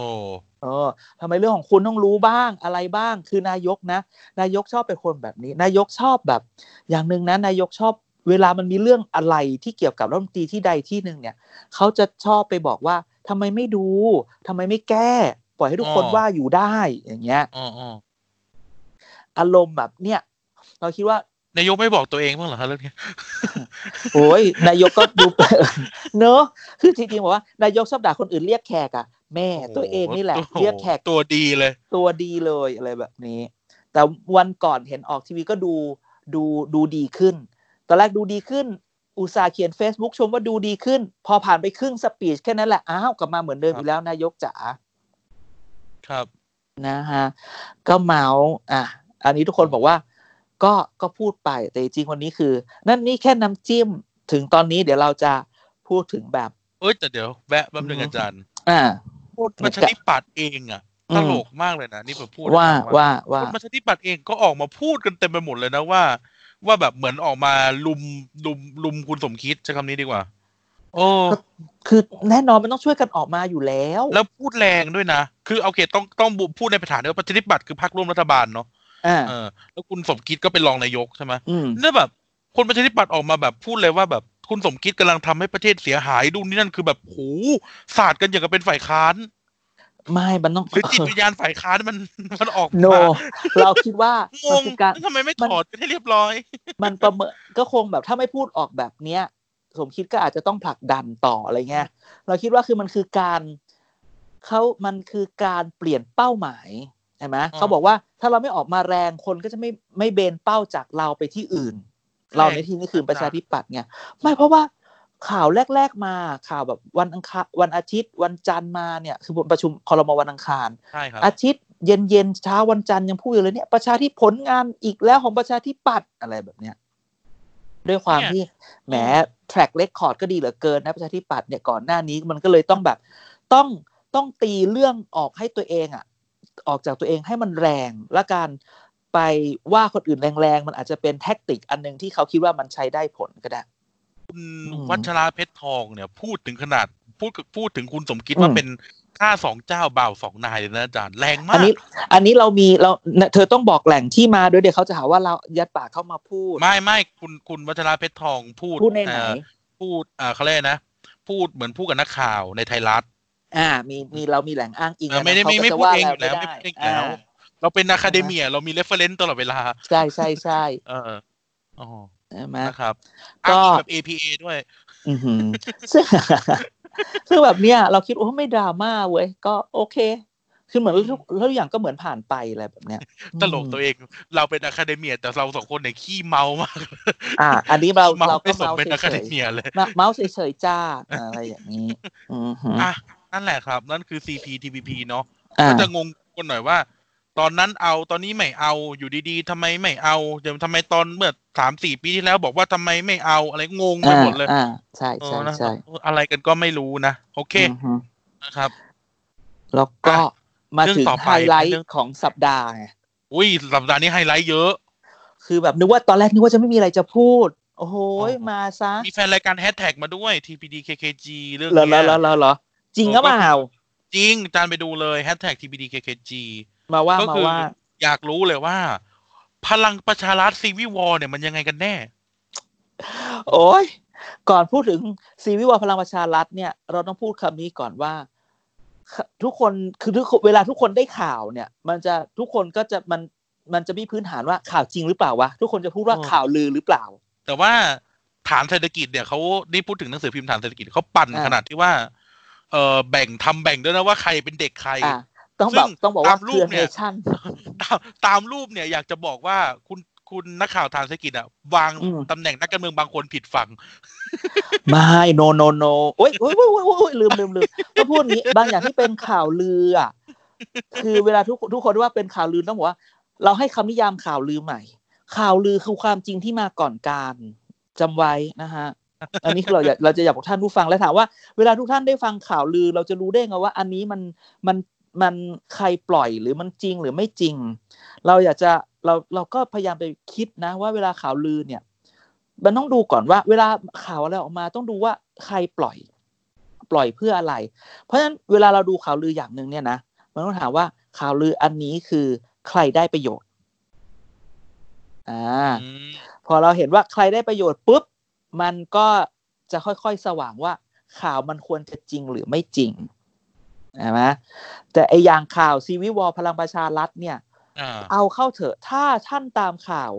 Speaker 3: เออทำไมเรื่องของคุณต้องรู้บ้างอะไรบ้าง คือนายกนะ นายกชอบเป็นคนแบบนี้ นายกชอบแบบ อย่างหนึ่งนะนายกชอบเวลามันมีเรื่องอะไรที่เกี่ยวกับรัฐมนตรีที่ใดที่หนึ่งเนี่ยเขาจะชอบไปบอกว่าทำไมไม่ดูทำไมไม่แก้ ปล่อยให้ทุกคน
Speaker 2: อ๋อ
Speaker 3: ว่าอยู่ได้อย่างเงี้ย
Speaker 2: อ๋ออ๋อ
Speaker 3: อารมณ์แบบเนี่ย เราคิดว่า
Speaker 2: นายกไม่บอกตัวเองบ้างเหรอคะเรื่องเนี้ย
Speaker 3: โอ้ยน ายกก็ดู เนอะคือจริงๆบอกว่านายกชอบด่าคนอื่นเรียกแขกอะแม่
Speaker 2: โโ
Speaker 3: ตัวเองนี่แหละ
Speaker 2: โอ้โ
Speaker 3: เรียกแขก
Speaker 2: ตัวดีเลย
Speaker 3: ตัวดีเลยอะไรแบบนี้ แต่วันก่อนเห็นออกทีวีก็ดูดูดูดีขึ้น ตอนแรกดูดีขึ้น อุตสาห์เขียน Facebook ชมว่าดูดีขึ้น พอผ่านไปครึ่งสปีชแค่นั้นแหละ อ้าว กลับมาเหมือนเดิม
Speaker 2: ครับ
Speaker 3: อีกแล้วนายกจ๋า
Speaker 2: ครับ
Speaker 3: นะฮะ ก็เมาส์อ่ะ อันนี้ทุกคนบอกว่า ก็ก็พูดไปแต่จริงๆวันนี้คือ นั่นนี่แค่น้ำจิ้มถึงตอนนี้เดี๋ยวเราจะพูดถึงแบบ
Speaker 2: เอ้ยแต่เดี๋ยวแวะแป๊บหนึง
Speaker 3: อืม
Speaker 2: อาจารย์
Speaker 3: อ่า
Speaker 2: ประชาธิปัตย์เองอ่ะ ตลกมากเลยนะ นี่ผมพูด
Speaker 3: ว่า
Speaker 2: ให้ฟัง
Speaker 3: ว่าว่า
Speaker 2: คนมาชาธิปัตย์เองก็ออกมาพูดกันเต็มไปหมดเลยนะว่า ว่าแบบเหมือนออกมาลุมลุมลุมคุณสมคิดใช้คำนี้ดีกว่า โอ้
Speaker 3: คือแน่นอนมันต้องช่วยกันออกมาอยู่แล้ว
Speaker 2: แล้วพูดแรงด้วยนะ คือโอเคต้องต้องพูดในฐานะว่าประชาธิปัตย์คือพรรคร่วมรัฐบาลเนาะ
Speaker 3: อ่า
Speaker 2: เออแล้วคุณสมคิดก็เป็นรองนายกใช่ไหม
Speaker 3: อืม
Speaker 2: แล้วแบบคนประชาธิปัตย์ออกมาแบบพูดเลยว่าแบบคุณสมคิดกำลังทำให้ประเทศเสียหายดูนนี่นั่นคือแบบโหศาสตร์กันอย่างกับเป็นฝ่ายค้าน
Speaker 3: ไม่มันต้อง
Speaker 2: หรือจิตวิญญาณฝ่ายค้านมันมันออกมา
Speaker 3: no เราคิดว่าง มัน
Speaker 2: ง
Speaker 3: คือการ
Speaker 2: แล้วทำไมไม่
Speaker 3: มัน
Speaker 2: ถอดกันให้เรียบร้อย
Speaker 3: มันประเมินก็คงแบบถ้าไม่พูดออกแบบเนี้ย สมคิดก็อาจจะต้องผลักดันต่ออะไรเงี้ยเราคิดว่าคือมันคือการเขามันคือการเปลี่ยนเป้าหมายใช่ไหม
Speaker 2: อ่า
Speaker 3: เขาบอกว่าถ้าเราไม่ออกมาแรงคนก็จะไม่ไม่เบนเป้าจากเราไปที่อื่น เราในที่นี้คือประชาธิปัตย์ไงไม่เพราะว่าข่าวแรก ๆมาข่าวแบบวันอังคารวันอาทิตย์ วันจันทร์มาเนี่ยคือประชุมคอรมวันอังคาร
Speaker 2: ใช่ครับ
Speaker 3: อาทิตย์เย็นเย็นๆเช้าวันจันทร์ยังพูดอยู่เลยเนี่ยประชาธิผลงานอีกแล้วของประชาธิปัตย์อะไรแบบเนี้ยด้วยความ
Speaker 2: เนี่ย
Speaker 3: ที่แหมแทร็กเรคคอร์ดก็ดีเหลือเกินนะประชาธิปัตย์เนี่ยก่อนหน้านี้มันก็เลยต้องแบบต้องต้องตีเรื่องออกให้ตัวเองอะออกจากตัวเองให้มันแรงและการไปว่าคนอื่นแรงๆ มันอาจจะเป็นแท็กติกอันหนึงที่เขาคิดว่ามันใช้ได้ผลก็ได้
Speaker 2: คุณ
Speaker 3: อืม
Speaker 2: วัชราเพชรทองเนี่ย พูดถึงขนาดพูดกับพูดถึงคุณสมคิด
Speaker 3: อืม
Speaker 2: ว่าเป็นข้าสองเจ้าบ่าวสองนายเลยนะอาจารย์แรงมา
Speaker 3: อัน
Speaker 2: ก
Speaker 3: นี้อันนี้เรามีเราเธอต้องบอกแหล่งที่มาด้วยเดี๋ยวเขาจะหาว่าเรายัดปากเข้ามาพูด
Speaker 2: ไม่ไม่คุณคุณวัชราเพชรทองพูด
Speaker 3: พูดในไหน
Speaker 2: เอ่อพูดเอ่อเขาเรียกอะไรนะพูดเหมือนพูดกับนักข่าวในไทยรัฐ
Speaker 3: อ่ามีมีเรามีแหล่งอ้างอิง
Speaker 2: เออไม่ได้
Speaker 3: นะ
Speaker 2: ไม่ไม่
Speaker 3: ขาก็จะ
Speaker 2: พูดเองอยู่แล้ว
Speaker 3: า
Speaker 2: ไม่
Speaker 3: รา
Speaker 2: พูดเองอยู่
Speaker 3: อ่า
Speaker 2: แล้ว เราเป็นอะคาเดเมียเรามีเรฟเฟรนซ์ตลอดเวลา
Speaker 3: ใช่ใช่ใช่
Speaker 2: เอออ๋อ
Speaker 3: ใช่ไหม
Speaker 2: นะครับ
Speaker 3: ก็
Speaker 2: อ้างอิงแบบ APA ด้วย
Speaker 3: อือหือซึ่ง ซึ่งแบบเนี้ยเราคิดโอ้ไม่ดราม่าเว้ยก็โอเค คือเหมือนทุกทุกอย่างก็เหมือนผ่านไปอะไรแบบเนี้ย
Speaker 2: ตลกตัวเอง เราเป็นอะคาเดเมียแต่เราสองคนเนี่ยขี้เมามาก
Speaker 3: อ่า อันนี้เรา
Speaker 2: เมา
Speaker 3: เราก็
Speaker 2: ไม่สม
Speaker 3: เมาส์
Speaker 2: เป็นอะ
Speaker 3: เฉ
Speaker 2: คาเด
Speaker 3: ย
Speaker 2: เมียเลย
Speaker 3: ๆมาเมาส์เฉยๆจ้าอะไรอย่างนี้ อือหือ
Speaker 2: อ่ะนั่นแหละครับ นั่นคือ CPTPP เนาะ
Speaker 3: อ่า
Speaker 2: ก็จะงงกันหน่อยว่า ตอนนั้นเอาตอนนี้ไม่เอาอยู่ดีๆทำไมไม่เอาเดี๋ยวทำไมตอนเมื่อสามสี่ปีที่แล้วบอกว่าทำไมไม่เอาอะไรงงไป
Speaker 3: อ่า
Speaker 2: หมดเลย
Speaker 3: อ่าใช่
Speaker 2: เอ
Speaker 3: ใช่
Speaker 2: อนะครั
Speaker 3: ใช่
Speaker 2: บอะไรกันก็ไม่รู้นะโอเค
Speaker 3: อือหือ
Speaker 2: นะครับ
Speaker 3: แล้วก็
Speaker 2: อ่ะ
Speaker 3: มา
Speaker 2: เรื่อง
Speaker 3: ถึง
Speaker 2: ต่อไป
Speaker 3: ไฮไล
Speaker 2: เป็นเรื่อ
Speaker 3: ท์
Speaker 2: ง
Speaker 3: ของสัปดาห์ไง
Speaker 2: อุ้ยสัปดาห์นี้ไฮไลท์เยอะ
Speaker 3: คือแบบนึกว่าตอนแรกนึกว่าจะไม่มีอะไรจะพูด โอ้โหย
Speaker 2: อ๋อ
Speaker 3: มาซะ
Speaker 2: มีแฟนรายการแฮชแท็กมาด้วย TPDKKG เรื่อง
Speaker 3: เหรอ
Speaker 2: เนี้
Speaker 3: เหรอย เหรอเหรอเหรอจริง
Speaker 2: เออ
Speaker 3: ก็เปล่า
Speaker 2: จริงจานไปดูเลยแฮชแท็ก TPDKKG
Speaker 3: มาว่า
Speaker 2: ก็
Speaker 3: มา
Speaker 2: คือ
Speaker 3: ว่า
Speaker 2: อยากรู้เลยว่า พลังประชารัฐซีวิวอเนี่ยมันยังไงกันแน่
Speaker 3: โอ้ยก่อนพูดถึงซีวิวาพลังประชารัฐเนี่ย เราต้องพูดคำนี้ก่อนว่า ทุกคนคือทุกคนเวลาทุกคนได้ข่าวเนี่ย มันจะทุกคนก็จะมันมันจะมีพื้นฐานว่าข่าวจริงหรือเปล่าวะทุกคนจะพูดว่า
Speaker 2: อ๋อ
Speaker 3: ข่าวลือหรือเปล่า
Speaker 2: แต่ว่าฐานเศรษฐกิจเนี่ยเขานี่พูดถึงหนังสือพิมพ์ฐานเศรษฐกิจเขาปั่น
Speaker 3: อ่า
Speaker 2: ขนาดที่ว่า เออแบ่งทำแบ่งด้วยนะว่าใครเป็นเด็กใคร
Speaker 3: อ่ะต้องบอก
Speaker 2: ซึ่ง
Speaker 3: ต้องบอกว่า
Speaker 2: ตามรู
Speaker 3: เครื
Speaker 2: ป
Speaker 3: อ
Speaker 2: เนี่ย
Speaker 3: เนชั่น
Speaker 2: ตามตามรูปเนี่ยอยากจะบอกว่าคุณคุณนักข่าวฐานเศรษฐกิจอ่ะวาง
Speaker 3: อืม
Speaker 2: ตำแหน่งนักการเมืองบางคนผิดฝั่ง
Speaker 3: ไม่โนโนโนโอ้ยโอ้ยโอ้ยโอ้ยโอ้ยลืมลืมลืมก็พูดอย่างนี้ บางอย่างที่เป็นข่าวลืออ่ะคือเวลาทุกทุกคนว่าเป็นข่าวลือต้องบอกว่า เราให้คำนิยามข่าวลือใหม่ ข่าวลือคือความจริงที่มาก่อนการจำไว้นะฮะ อันนี้คือเราอยากเราจะอยากบอกท่านผู้ฟังและถามว่าเวลาทุกท่านได้ฟังข่าวลือ เราจะรู้ได้ไงว่า อันนี้มันมันมันใครปล่อยหรือมันจริงหรือไม่จริง เราอยากจะเราเราก็พยายามไปคิดนะ ว่าเวลาข่าวลือเนี่ย มันต้องดูก่อนว่า เวลาข่าวอะไรออกมาต้องดูว่าใครปล่อย ปล่อยเพื่ออะไร เพราะฉะนั้นเวลาเราดูข่าวลืออย่างหนึ่งเนี่ยนะมันต้องถามว่าข่าวลืออันนี้คือใครได้ประโยชน์อ่า
Speaker 2: อืม
Speaker 3: พอเราเห็นว่าใครได้ประโยชน์ปุ๊บ มันก็จะค่อยๆสว่างว่าข่าวมันควรจะจริงหรือไม่จริงใช่ไหมแต่ไออย่างข่าวซีวิวอพลังประชารัฐเนี่ย
Speaker 2: อ่า
Speaker 3: เอาเข้าเถอะถ้าท่านตามข่าว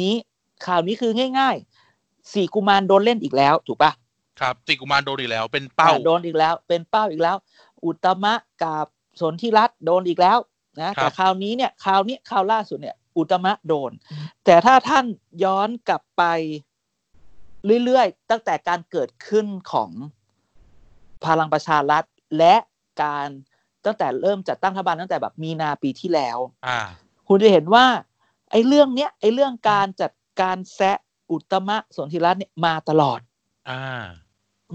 Speaker 3: นี้ข่าวนี้คือง่ายๆสี่กุมารโดนเล่นอีกแล้ว ถูกปะ
Speaker 2: ครับติกุมารโดนอีกแล้วเป็นเป้า
Speaker 3: อ่ะโดนอีกแล้ว เป็นเป้าอีกแล้ว อุตตมะกับสนธิรัตน์โดนอีกแล้วนะ
Speaker 2: ครั
Speaker 3: แต่
Speaker 2: บ
Speaker 3: คราวนี้เนี่ยคราวนี้ข่าวล่าสุดเนี่ยอุตตมะโดน แต่ถ้าท่านย้อนกลับไปเรื่อยๆ ตั้งแต่การเกิดขึ้นของพลังประชารัฐ และการตั้งแต่เริ่มจัดตั้งรัฐบาลตั้งแต่แบบมีนาปีที่แล้ว
Speaker 2: อ่า
Speaker 3: คุณจะเห็นว่า ไอ้เรื่องเนี้ยไอ้เรื่องการจัดการแซะอุตตมะสนธิรัตน์เนี่ยมาตลอด
Speaker 2: อ่า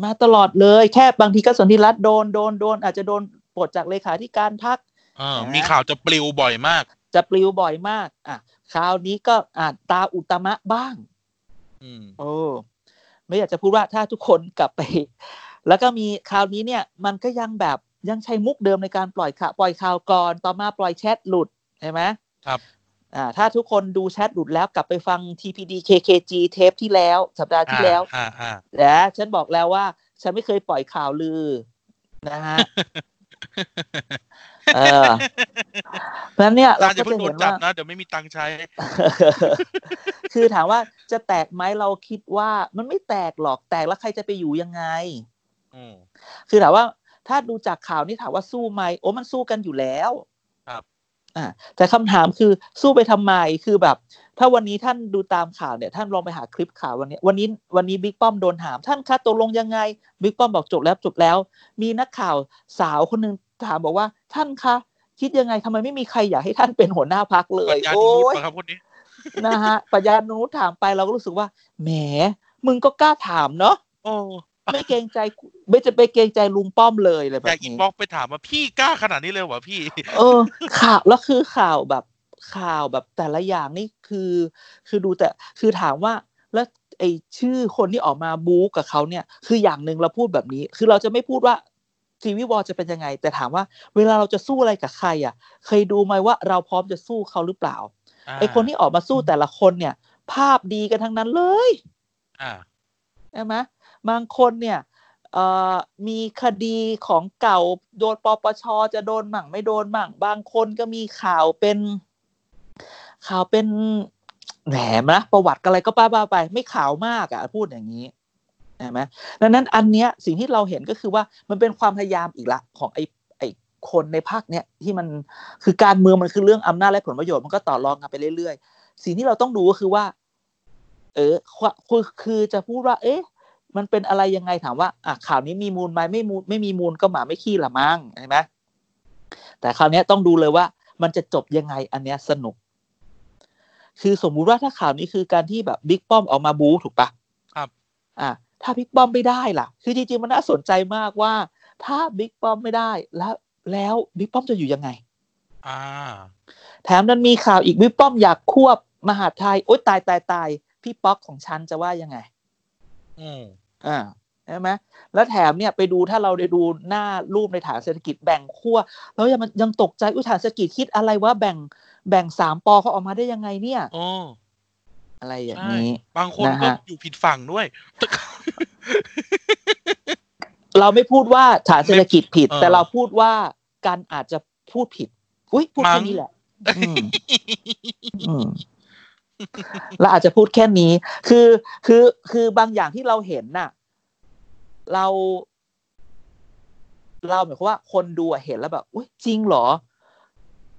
Speaker 3: มาตลอดเลย แค่บางทีก็สนธิรัตน์โดนโดนโดนอาจจะโดนปลดจากเลขาธิการพัก
Speaker 2: เออมีข่าวจะปลิวบ่อยมาก
Speaker 3: จะปลิวบ่อยมาก อ่ะคราวนี้ก็อ่ะตาอุตมะบ้าง
Speaker 2: อืม
Speaker 3: โอ้ไม่อยากจะพูดว่าถ้าทุกคนกลับไป แล้วก็มีคราวนี้เนี่ย มันก็ยังแบบยังใช้มุกเดิมในการปล่อยข่าวปล่อยข่าวก่อนต่อมาปล่อยแชทหลุดใช่ไหม
Speaker 2: ครับ
Speaker 3: อ่า ถ้าทุกคนดูแชทหลุดแล้วกลับไปฟัง TPD KKG เทปที่แล้ว สัปดาห์ที่แล้ว
Speaker 2: อ่าอ่า
Speaker 3: นะฉันบอกแล้วว่า ฉันไม่เคยปล่อยข่าวลือ นะฮะ เออเพราะฉะนั้นเนี่ย
Speaker 2: ตา
Speaker 3: เรา
Speaker 2: จะ
Speaker 3: ก็
Speaker 2: เพิ่ง
Speaker 3: จะ
Speaker 2: โด
Speaker 3: เห็
Speaker 2: น
Speaker 3: น
Speaker 2: จับ
Speaker 3: ว่า
Speaker 2: นะ เดี๋ยวไม่มีตังค์ใช้
Speaker 3: คือถามว่าจะแตกไหมเราคิดว่ามันไม่แตกหรอกแตกแล้วใครจะไปอยู่ยังไง
Speaker 2: อืม
Speaker 3: คือถามว่าถ้าดูจากข่าวนี่ถามว่าสู้ไหมโอ้มันสู้กันอยู่แล้ว
Speaker 2: ครับ
Speaker 3: อ่าแต่คำถามคือสู้ไปทำไมคือแบบ ถ้าวันนี้ท่านดูตามข่าวเนี่ย ท่านลองไปหาคลิปข่าววันนี้ วันนี้วันนี้บิ๊กป้อมโดนถาม ท่านคะตกลงยังไงบิ๊กป้อมบอกจบแล้วจบแล้ว มีนักข่าวสาวคนหนึ่งถามบอกว่า ท่านคะคิดยังไงทำไมไม่มีใครอยากให้ท่านเป็นหัวหน้าพักเล
Speaker 2: ปั
Speaker 3: ย
Speaker 2: ญญา
Speaker 3: โอ้
Speaker 2: ดูรุษเห
Speaker 3: ย
Speaker 2: รอครับคนนี้
Speaker 3: นะฮะปรัญญานุถามไปเราก็รู้สึกว่าแหมมึงก็กล้าถามเนาะ
Speaker 2: โอ้
Speaker 3: ไม่เกรงใจกูไม่จะไปเกรงใจลุงป้อมเลยอะไรแบ
Speaker 2: แต่
Speaker 3: บ
Speaker 2: อี
Speaker 3: นี้
Speaker 2: บล็อกไปถามว่าพี่กล้าขนาดนี้เลยเหรอพี่
Speaker 3: เออ ข่าวแล้วคือข่าวแบบข่าวแบบแต่ละอย่างนี่คือ คือดูแต่คือถามว่า แล้วไอชื่อคนที่ออกมาบู๊กับเขาเนี่ย คืออย่างหนึ่งเราพูดแบบนี้ คือเราจะไม่พูดว่าซีวิวอจะเป็นยังไง แต่ถามว่า เวลาเราจะสู้อะไรกับใครอ่ะ เคยดูไหมว่าเราพร้อมจะสู้เขาหรือเปล่าไอคนที่ออกมาสู้แต่ละคนเนี่ย ภาพดีกันทั้งนั้นเลย
Speaker 2: อ่า
Speaker 3: ใช่ไหมบางคนเนี่ยเอ่อมีคดีของเก่าโดนปปชจะโดนหมั่งไม่โดนหมั่ง บางคนก็มีข่าวเป็น ข่าวเป็นแหมนะประวัติอะไรก็ป้าๆไป ไม่ข่าวมากอะพูดอย่างนี้ใช่ไหมดังนั้นอันเนี้ยสิ่งที่เราเห็นก็คือว่ามันเป็นความพยายามอีกละ ของไอ้ไอ้คนในภาคเนี้ยที่มันคือการเมืองมันคือเรื่องอำนาจและผลประโยชน์มันก็ต่อรองกันไปเรื่อยๆ สิ่งที่เราต้องดูก็คือว่า เออควคือคือจะพูดว่า เอ๊ะ มันเป็นอะไรยังไงถามว่าอ่ะข่าวนี้มีมูลไหมไม่มูลไม่มีมูลก็หมาไม่ขี้ละมั้งใช่ไหมแต่คราวเนี้ยต้องดูเลยว่า มันจะจบยังไงอันเนี้ยสนุก คือสมมุติว่าถ้าข่าวนี้คือการที่แบบบิ๊กป้อมออกมาบู๊ถูกปะ
Speaker 2: ครับ
Speaker 3: อ่ะถ้าบิ๊กป้อมไม่ได้ล่ะ คือจริงๆมันน่าสนใจมากว่า ถ้าบิ๊กป้อมไม่ได้แล้ว แล้วบิ๊กป้อมจะอยู่ยังไง
Speaker 2: อ่า
Speaker 3: แถมนั้นมีข่าวอีกบิ๊กป้อมอยากควบมหาดไทยโอ๊ยตายตายตายพี่ป๊อกของฉันจะว่ายังไง
Speaker 2: อืม
Speaker 3: อ่าใช่ไหมแล้วแถมเนี่ยไปดูถ้าเราได้ดูหน้ารูปในฐานเศรษฐกิจแบ่งขั้วแล้วยังมันยังตกใจอุยฐานเศรษฐกิจคิดอะไรว่าแบ่งแบ่งสามปอเขาออกมาได้ยังไงเนี่ย
Speaker 2: โอ้
Speaker 3: อะไรอย่าง
Speaker 2: ใช่
Speaker 3: นี้
Speaker 2: บางคนก็
Speaker 3: นะฮะ
Speaker 2: อยู่ผิดฝั่งด้วย
Speaker 3: เราไม่พูดว่าฐานเศรษฐกิจผิด
Speaker 2: เออ
Speaker 3: แต่เราพูดว่าการอาจจะพูดผิด อุ้ยพูด
Speaker 2: มั้
Speaker 3: แค่
Speaker 2: ง
Speaker 3: นี้แหละอืมอืมเราอาจจะพูดแค่นี้ คือคือคือบางอย่างที่เราเห็นน่ะ เรา เราหมายความว่าคนดูอะเห็นแล้วแบบอุ้ยจริงเหรอ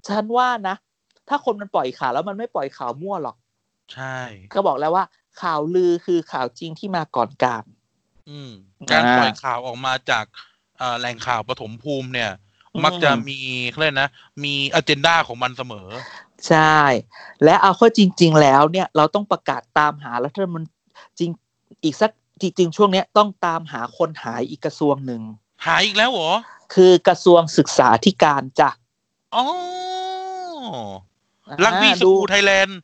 Speaker 3: ฉันว่านะ ถ้าคนมันปล่อยข่าวแล้วมันไม่ปล่อยข่าวมั่วหรอก
Speaker 2: ใช่
Speaker 3: ก็บอกแล้วว่า ข่าวลือคือข่าวจริงที่มาก่อนการ
Speaker 2: อืม การ
Speaker 3: อ่า
Speaker 2: ปล่อยข่าวออกมาจากเอ่อแหล่งข่าวปฐมภูมิเนี่ย
Speaker 3: อืม
Speaker 2: มักจะมีเขาเรียกนะ มีอเจนดาของมันเสมอ
Speaker 3: ใช่ และเอาเข้าจริง ๆ แล้วเนี่ยเราต้องประกาศตามหารัฐธรรมนตรีจริงอีกสักจริงๆช่วงเนี้ยต้องตามหาคนหายอีกกระทรวงหนึ่ง
Speaker 2: หายอีกแล้วเหรอ
Speaker 3: คือกระทรวงศึกษาธิการจ้ะ
Speaker 2: อ๋อ
Speaker 3: อ่า
Speaker 2: ลักบี้ส
Speaker 3: ดู
Speaker 2: กูไทยแลนด์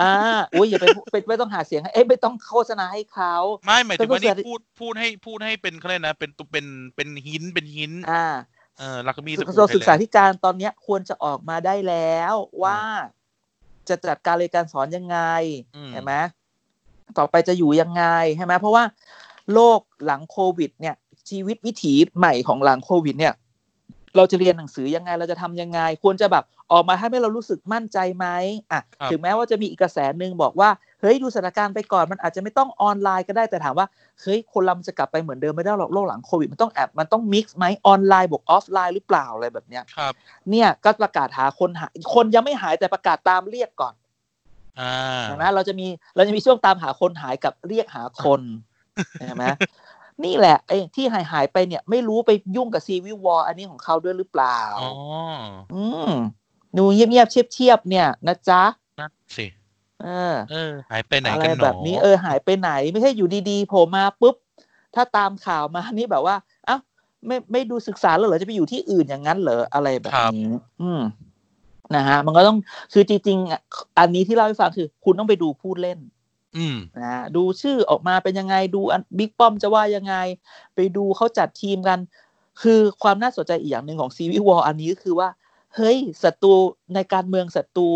Speaker 3: อ่าอุ้ยอย่าไปไปไม่ต้องหาเสียงให้เอ้ยไม่ต้องโฆษณาให้เขา
Speaker 2: ไม่หมายถึงว่า
Speaker 3: ก็คือ
Speaker 2: นี่พูดพูดให้พูดให้เป็นเขาเรียกนะ เป็นตุเป็นเป็นหินเป็นหิน
Speaker 3: อ่า
Speaker 2: เออลักบี้ส
Speaker 3: ก
Speaker 2: กู
Speaker 3: ระทรวง
Speaker 2: ไท
Speaker 3: ศึ
Speaker 2: ย
Speaker 3: ก
Speaker 2: แล
Speaker 3: ษาน
Speaker 2: ด์
Speaker 3: ธิการตอนเนี้ยควรจะออกมาได้แล้วว่า จะจัดการเรียนการสอนยังไง
Speaker 2: อืม
Speaker 3: ใช่ไหมต่อไปจะอยู่ยังไงใช่ไหมเพราะว่าโลกหลังโควิด เนี่ย ชีวิตวิถีใหม่ของหลังโควิด เนี่ย เราจะเรียนหนังสือยังไงเราจะทำยังไง ควรจะแบบออกมาให้เรารู้สึกมั่นใจไหมอ่ะ
Speaker 2: ครับ
Speaker 3: ถึงแม้ว่าจะมีอีกกระแสหนึ่งบอกว่าเฮ้ยดูสถานการณ์ไปก่อนมันอาจจะไม่ต้องออนไลน์ก็ได้แต่ถามว่าเฮ้ยคนเรามันจะกลับไปเหมือนเดิมไม่ได้หรอกโลกหลังโควิดมันต้องแอบมันต้องมิกซ์ไหมออนไลน์บวกออฟไลน์หรือเปล่าอะไรแบบเนี้ย
Speaker 2: ครับ
Speaker 3: เนี่ยก็ประกาศหาคนหาคนยังไม่หายแต่ประกาศตามเรียกก่อน
Speaker 2: อ่า
Speaker 3: ใช่ไหมเราจะมีเราจะมีช่วงตามหาคนหายกับเรียกหา คนใช่ไหมนี่แหละไอ้ที่หายหายๆไปเนี่ย ไม่รู้ไปยุ่งกับซีวิววออันนี้ของเขาด้วยหรือเปล่า
Speaker 2: อ๋อ
Speaker 3: อืมดูเงียบๆเชียบๆเนี่ยนะจ๊ะ
Speaker 2: นั่นสิ
Speaker 3: เออ
Speaker 2: เออ หายไปไหน
Speaker 3: อะไร
Speaker 2: กันหนอ
Speaker 3: แบบนี้เออหายไปไหน ไม่ใช่อยู่ดีๆโผล่มาปุ๊บ ถ้าตามข่าวมานี่แบบว่าเอ้า ไม่ไม่ดูศึกษาแล้วเหรอจะไปอยู่ที่อื่นอย่างนั้นเหรออะไรแบบ
Speaker 2: ครับ
Speaker 3: นี้อืมนะฮะ มันก็ต้องคือจริงๆอ่ะอันนี้ที่เล่าให้ฟังคือ คุณต้องไปดูผู้เล่น
Speaker 2: อืม
Speaker 3: นะดูชื่อออกมาเป็นยังไงดูอันบิ๊กป้อมจะว่ายังไง ไปดูเขาจัดทีมกัน คือความน่าสนใจอีกอย่างหนึ่งของซีวิวอลอันนี้ก็คือว่า เฮ้ยศัตรูในการเมืองศัตรู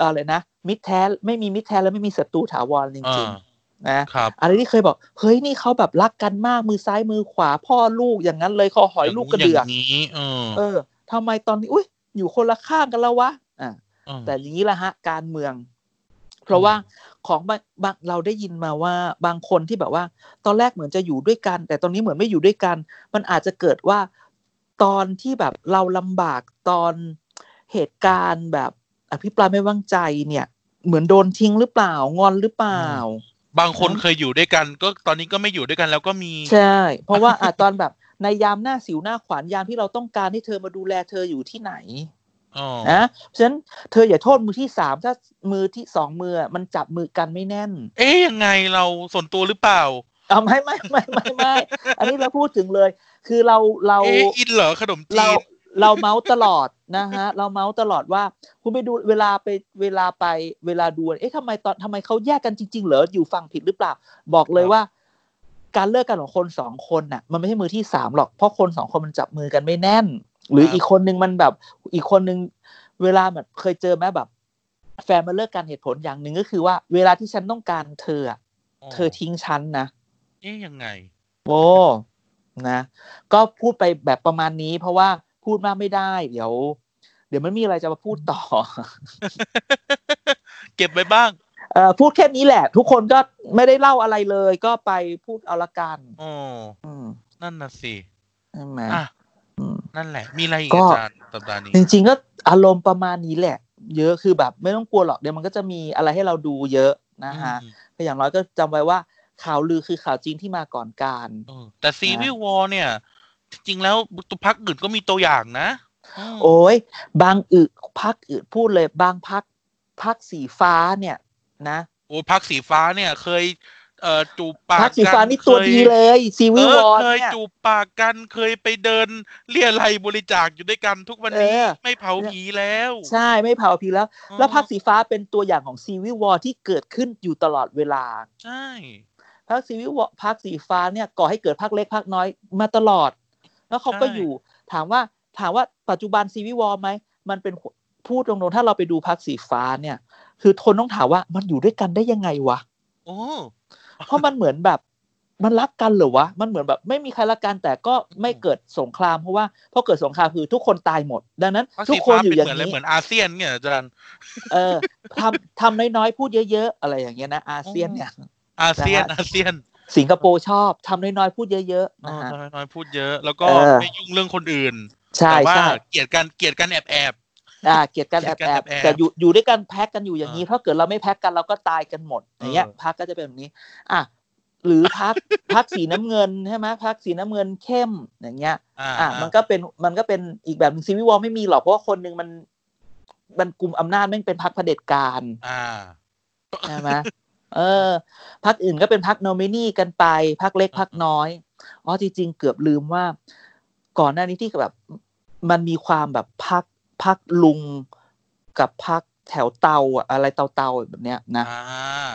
Speaker 3: อะไรนะ มิตรแท้ไม่มีมิตรแท้และไม่มีศัตรูถาวรจ
Speaker 2: อ่า
Speaker 3: ริงๆนะครับ อะไรที่เคยบอก เฮ้ยนี่เขาแบบรักกันมากมือซ้ายมือขวาพ่อลูกอย่างนั้นเลยคอหอยลูกกระเดือก
Speaker 2: ย่างนี้เออ
Speaker 3: เออทำไมตอนนี้อุ้ยอยู่คนละข้างกันแล้ววะอ่า
Speaker 2: เออ
Speaker 3: แต่อย่างนี้ละฮะการเมือง เพราะว่าของบางบางเราได้ยินมาว่าบางคนที่แบบว่า ตอนแรกเหมือนจะอยู่ด้วยกัน แต่ตอนนี้เหมือนไม่อยู่ด้วยกัน มันอาจจะเกิดว่าตอนที่แบบเราลำบากตอนเหตุการณ์แบบอภิปรายไม่ไว่างใจเนี่ย เหมือนโดนทิ้งหรือเปล่างอนหรือเปล่า
Speaker 2: บางคนเคยอยู่ด้วยกัน ก็ตอนนี้ก็ไม่อยู่ด้วยกันแล้วก็มี
Speaker 3: ใช่ เพราะว่าอาจตอนแบบในยามหน้าสิวหน้าขวานยามที่เราต้องการให้เธอมาดูแลเธออยู่ที่ไหน
Speaker 2: อ๋อ
Speaker 3: นะเพราะฉะนั้นเธออย่าโทษมือที่สามถ้ามือที่สองมืออะมันจับมือกันไม่แน่น
Speaker 2: เอ๊ยยังไงเราส่วนตัวหรือเปล่า
Speaker 3: เอาไม่ไม่ไม่ไม่ไม่ อันนี้เราพูดถึงเลย คือเราเรา
Speaker 2: เอ๊ะอินเหรอขนมจี
Speaker 3: เรา
Speaker 2: น
Speaker 3: เราเมาส์ตลอดนะฮะ เราเมาส์ตลอดว่า คุณไปดูเวลาไปเวลาไปเวลาดูเอ๊ะทำไมตอนทำไมเขาแยกกันจริง ๆ เหรออยู่ฝั่งผิดหรือเปล่า บอกเลยว่า การเลิกกันของคนสองคนน่ะ มันไม่ใช่มือที่สามหรอกเพราะคนสองคนมันจับมือกันไม่แน่น หรืออีกคนนึงมันแบบ อีกคนนึงเวลาแบบเคยเจอไหมแบบ แฟนมาเลิกกันเหตุผลอย่างหนึ่งก็คือว่า เวลาที่ฉันต้องการเธออะเธอทิ้งฉันนะ
Speaker 2: เอ๊ยยังไง
Speaker 3: โอ้นะ ก็พูดไปแบบประมาณนี้ เพราะว่าพูดมากไม่ได้ เดี๋ยว เดี๋ยวมันมีอะไรจะมาพูดต่อ
Speaker 2: เก็บไว้บ้าง
Speaker 3: เอ่อพูดแค่นี้แหละ ทุกคนก็ไม่ได้เล่าอะไรเลย ก็ไปพูดเอาละกัน
Speaker 2: อ๋อ
Speaker 3: อืม
Speaker 2: นั่นน่ะสิ
Speaker 3: ใช่ไหม
Speaker 2: อ่ะ
Speaker 3: อืม
Speaker 2: นั่นแหละ มีอะไรอีก
Speaker 3: ก็
Speaker 2: อาจารย์สัปดาห์นี้
Speaker 3: จริงๆก็อารมณ์ประมาณนี้แหละ เยอะคือแบบไม่ต้องกลัวหรอกเดี๋ยวมันก็จะมีอะไรให้เราดูเยอะนะฮะ
Speaker 2: อืม
Speaker 3: แต่อย่างน้อยก็จำไว้ว่าข่าวลือคือข่าวจริงที่มาก่อนการ
Speaker 2: เออแต่ซีวิววอลเนี่ย จริงๆแล้วตัวพักอื่นก็มีตัวอย่างนะม
Speaker 3: โอ้ยบางอึพักอึพูดเลยบางพักพักสีฟ้าเนี่ยนะ
Speaker 2: โอ้พักสีฟ้าเนี่ย เคย เอ่อจูบปาก
Speaker 3: พักสีฟ้านี่ตัว
Speaker 2: เคย
Speaker 3: ดีเลยซีวิววอน
Speaker 2: เเคย
Speaker 3: เนี่ย
Speaker 2: จูบปากกันเคยไปเดินเรียอะไรยบริจาคอยู่ด้วยกันทุกวันนี้
Speaker 3: เออ
Speaker 2: ไม่เผาผีแล้ว
Speaker 3: ใช่ไม่เผาพีแล้ว
Speaker 2: เออ
Speaker 3: แล้วพักสีฟ้าเป็นตัวอย่างของซีวิววอที่เกิดขึ้นอยู่ตลอดเวลา
Speaker 2: ใช่
Speaker 3: พักซีวิวพักสีฟ้าเนี่ยก่อให้เกิดพักเล็กพักน้อยมาตลอด แล้วเขาก็อยู่ ถามว่าถามว่าปัจจุบันซีวิวอไหมมันเป็นพูดตรงๆถ้าเราไปดูพักสีฟ้าเนี่ย คือทนต้องถามว่ามันอยู่ด้วยกันได้ยังไงวะ
Speaker 2: โอ้
Speaker 3: เพราะมันเหมือนแบบมันรักกันเหรอวะ มันเหมือนแบบไม่มีใครรักกันแต่ก็ไม่เกิดสงครามเพราะว่าพอเกิดสงครามคือทุกคนตายหมด ดังนั้น
Speaker 2: พัก
Speaker 3: ทุ
Speaker 2: สี
Speaker 3: กค
Speaker 2: ฟ้าน
Speaker 3: อ
Speaker 2: เป็
Speaker 3: ยู่
Speaker 2: น
Speaker 3: อย่า
Speaker 2: เหมือนอะไร
Speaker 3: งนี้
Speaker 2: เหมือนอาเซียนเนี่ยอาจารย์
Speaker 3: เออทำทำน้อยๆพูดเยอะๆอะไรอย่างเงี้ยนะอาเซียนเนี่ย
Speaker 2: อาเซียน
Speaker 3: นะฮะ
Speaker 2: อาเซียน
Speaker 3: สิงคโปร์ชอบทำน้อยๆพูดเยอะๆ
Speaker 2: เอ
Speaker 3: นะ
Speaker 2: อ
Speaker 3: ฮะ
Speaker 2: น้อยๆพูดเยอะ แล้วก็
Speaker 3: เออ
Speaker 2: ไม่ยุ่งเรื่องคนอื่น
Speaker 3: ใช่
Speaker 2: แต่ว่า
Speaker 3: ใช่
Speaker 2: เกลียดกันเกลียดกันแอบแอบ
Speaker 3: อ่าเกลียดกันแอบ
Speaker 2: เกลี
Speaker 3: แอย
Speaker 2: ดกับ นแอบๆ
Speaker 3: แต่อยู่อยู่ด้วยกันแพ็กกันอยู่อย่างนี้
Speaker 2: อ่า
Speaker 3: เพราะเกิดเราไม่แพ็กกันเราก็ตายกันหมดอย่างเงี้ย
Speaker 2: เออ
Speaker 3: พักก็จะเป็นแบบนี้ อ่ะหรือพัก พักสีน้ำเงินใช่ไหมพักสีน้ำเงินเข้มอย่างเงี้ย
Speaker 2: ๆอ่า
Speaker 3: อ่ะมันก็เป็นมันก็เป็นอีกแบบหนึงซีวิวอลไม่มีหรอกเพราะว่าคนหนึ่งมันมันกลุ่มอำนาจแม่งเป็นพักเผด็จการ
Speaker 2: อ่า
Speaker 3: ใช่ไหม เออพักอื่นก็เป็นพักโนมินีกันไปพักเล็กพักน้อยอ๋อจริงๆเกือบลืมว่า ก่อนหน้านี้ที่แบบ มันมีความแบบพักพักลุงกับพักแถวเตาอะอะไรเตาเตาๆแบบเนี้ยนะ
Speaker 2: อ่า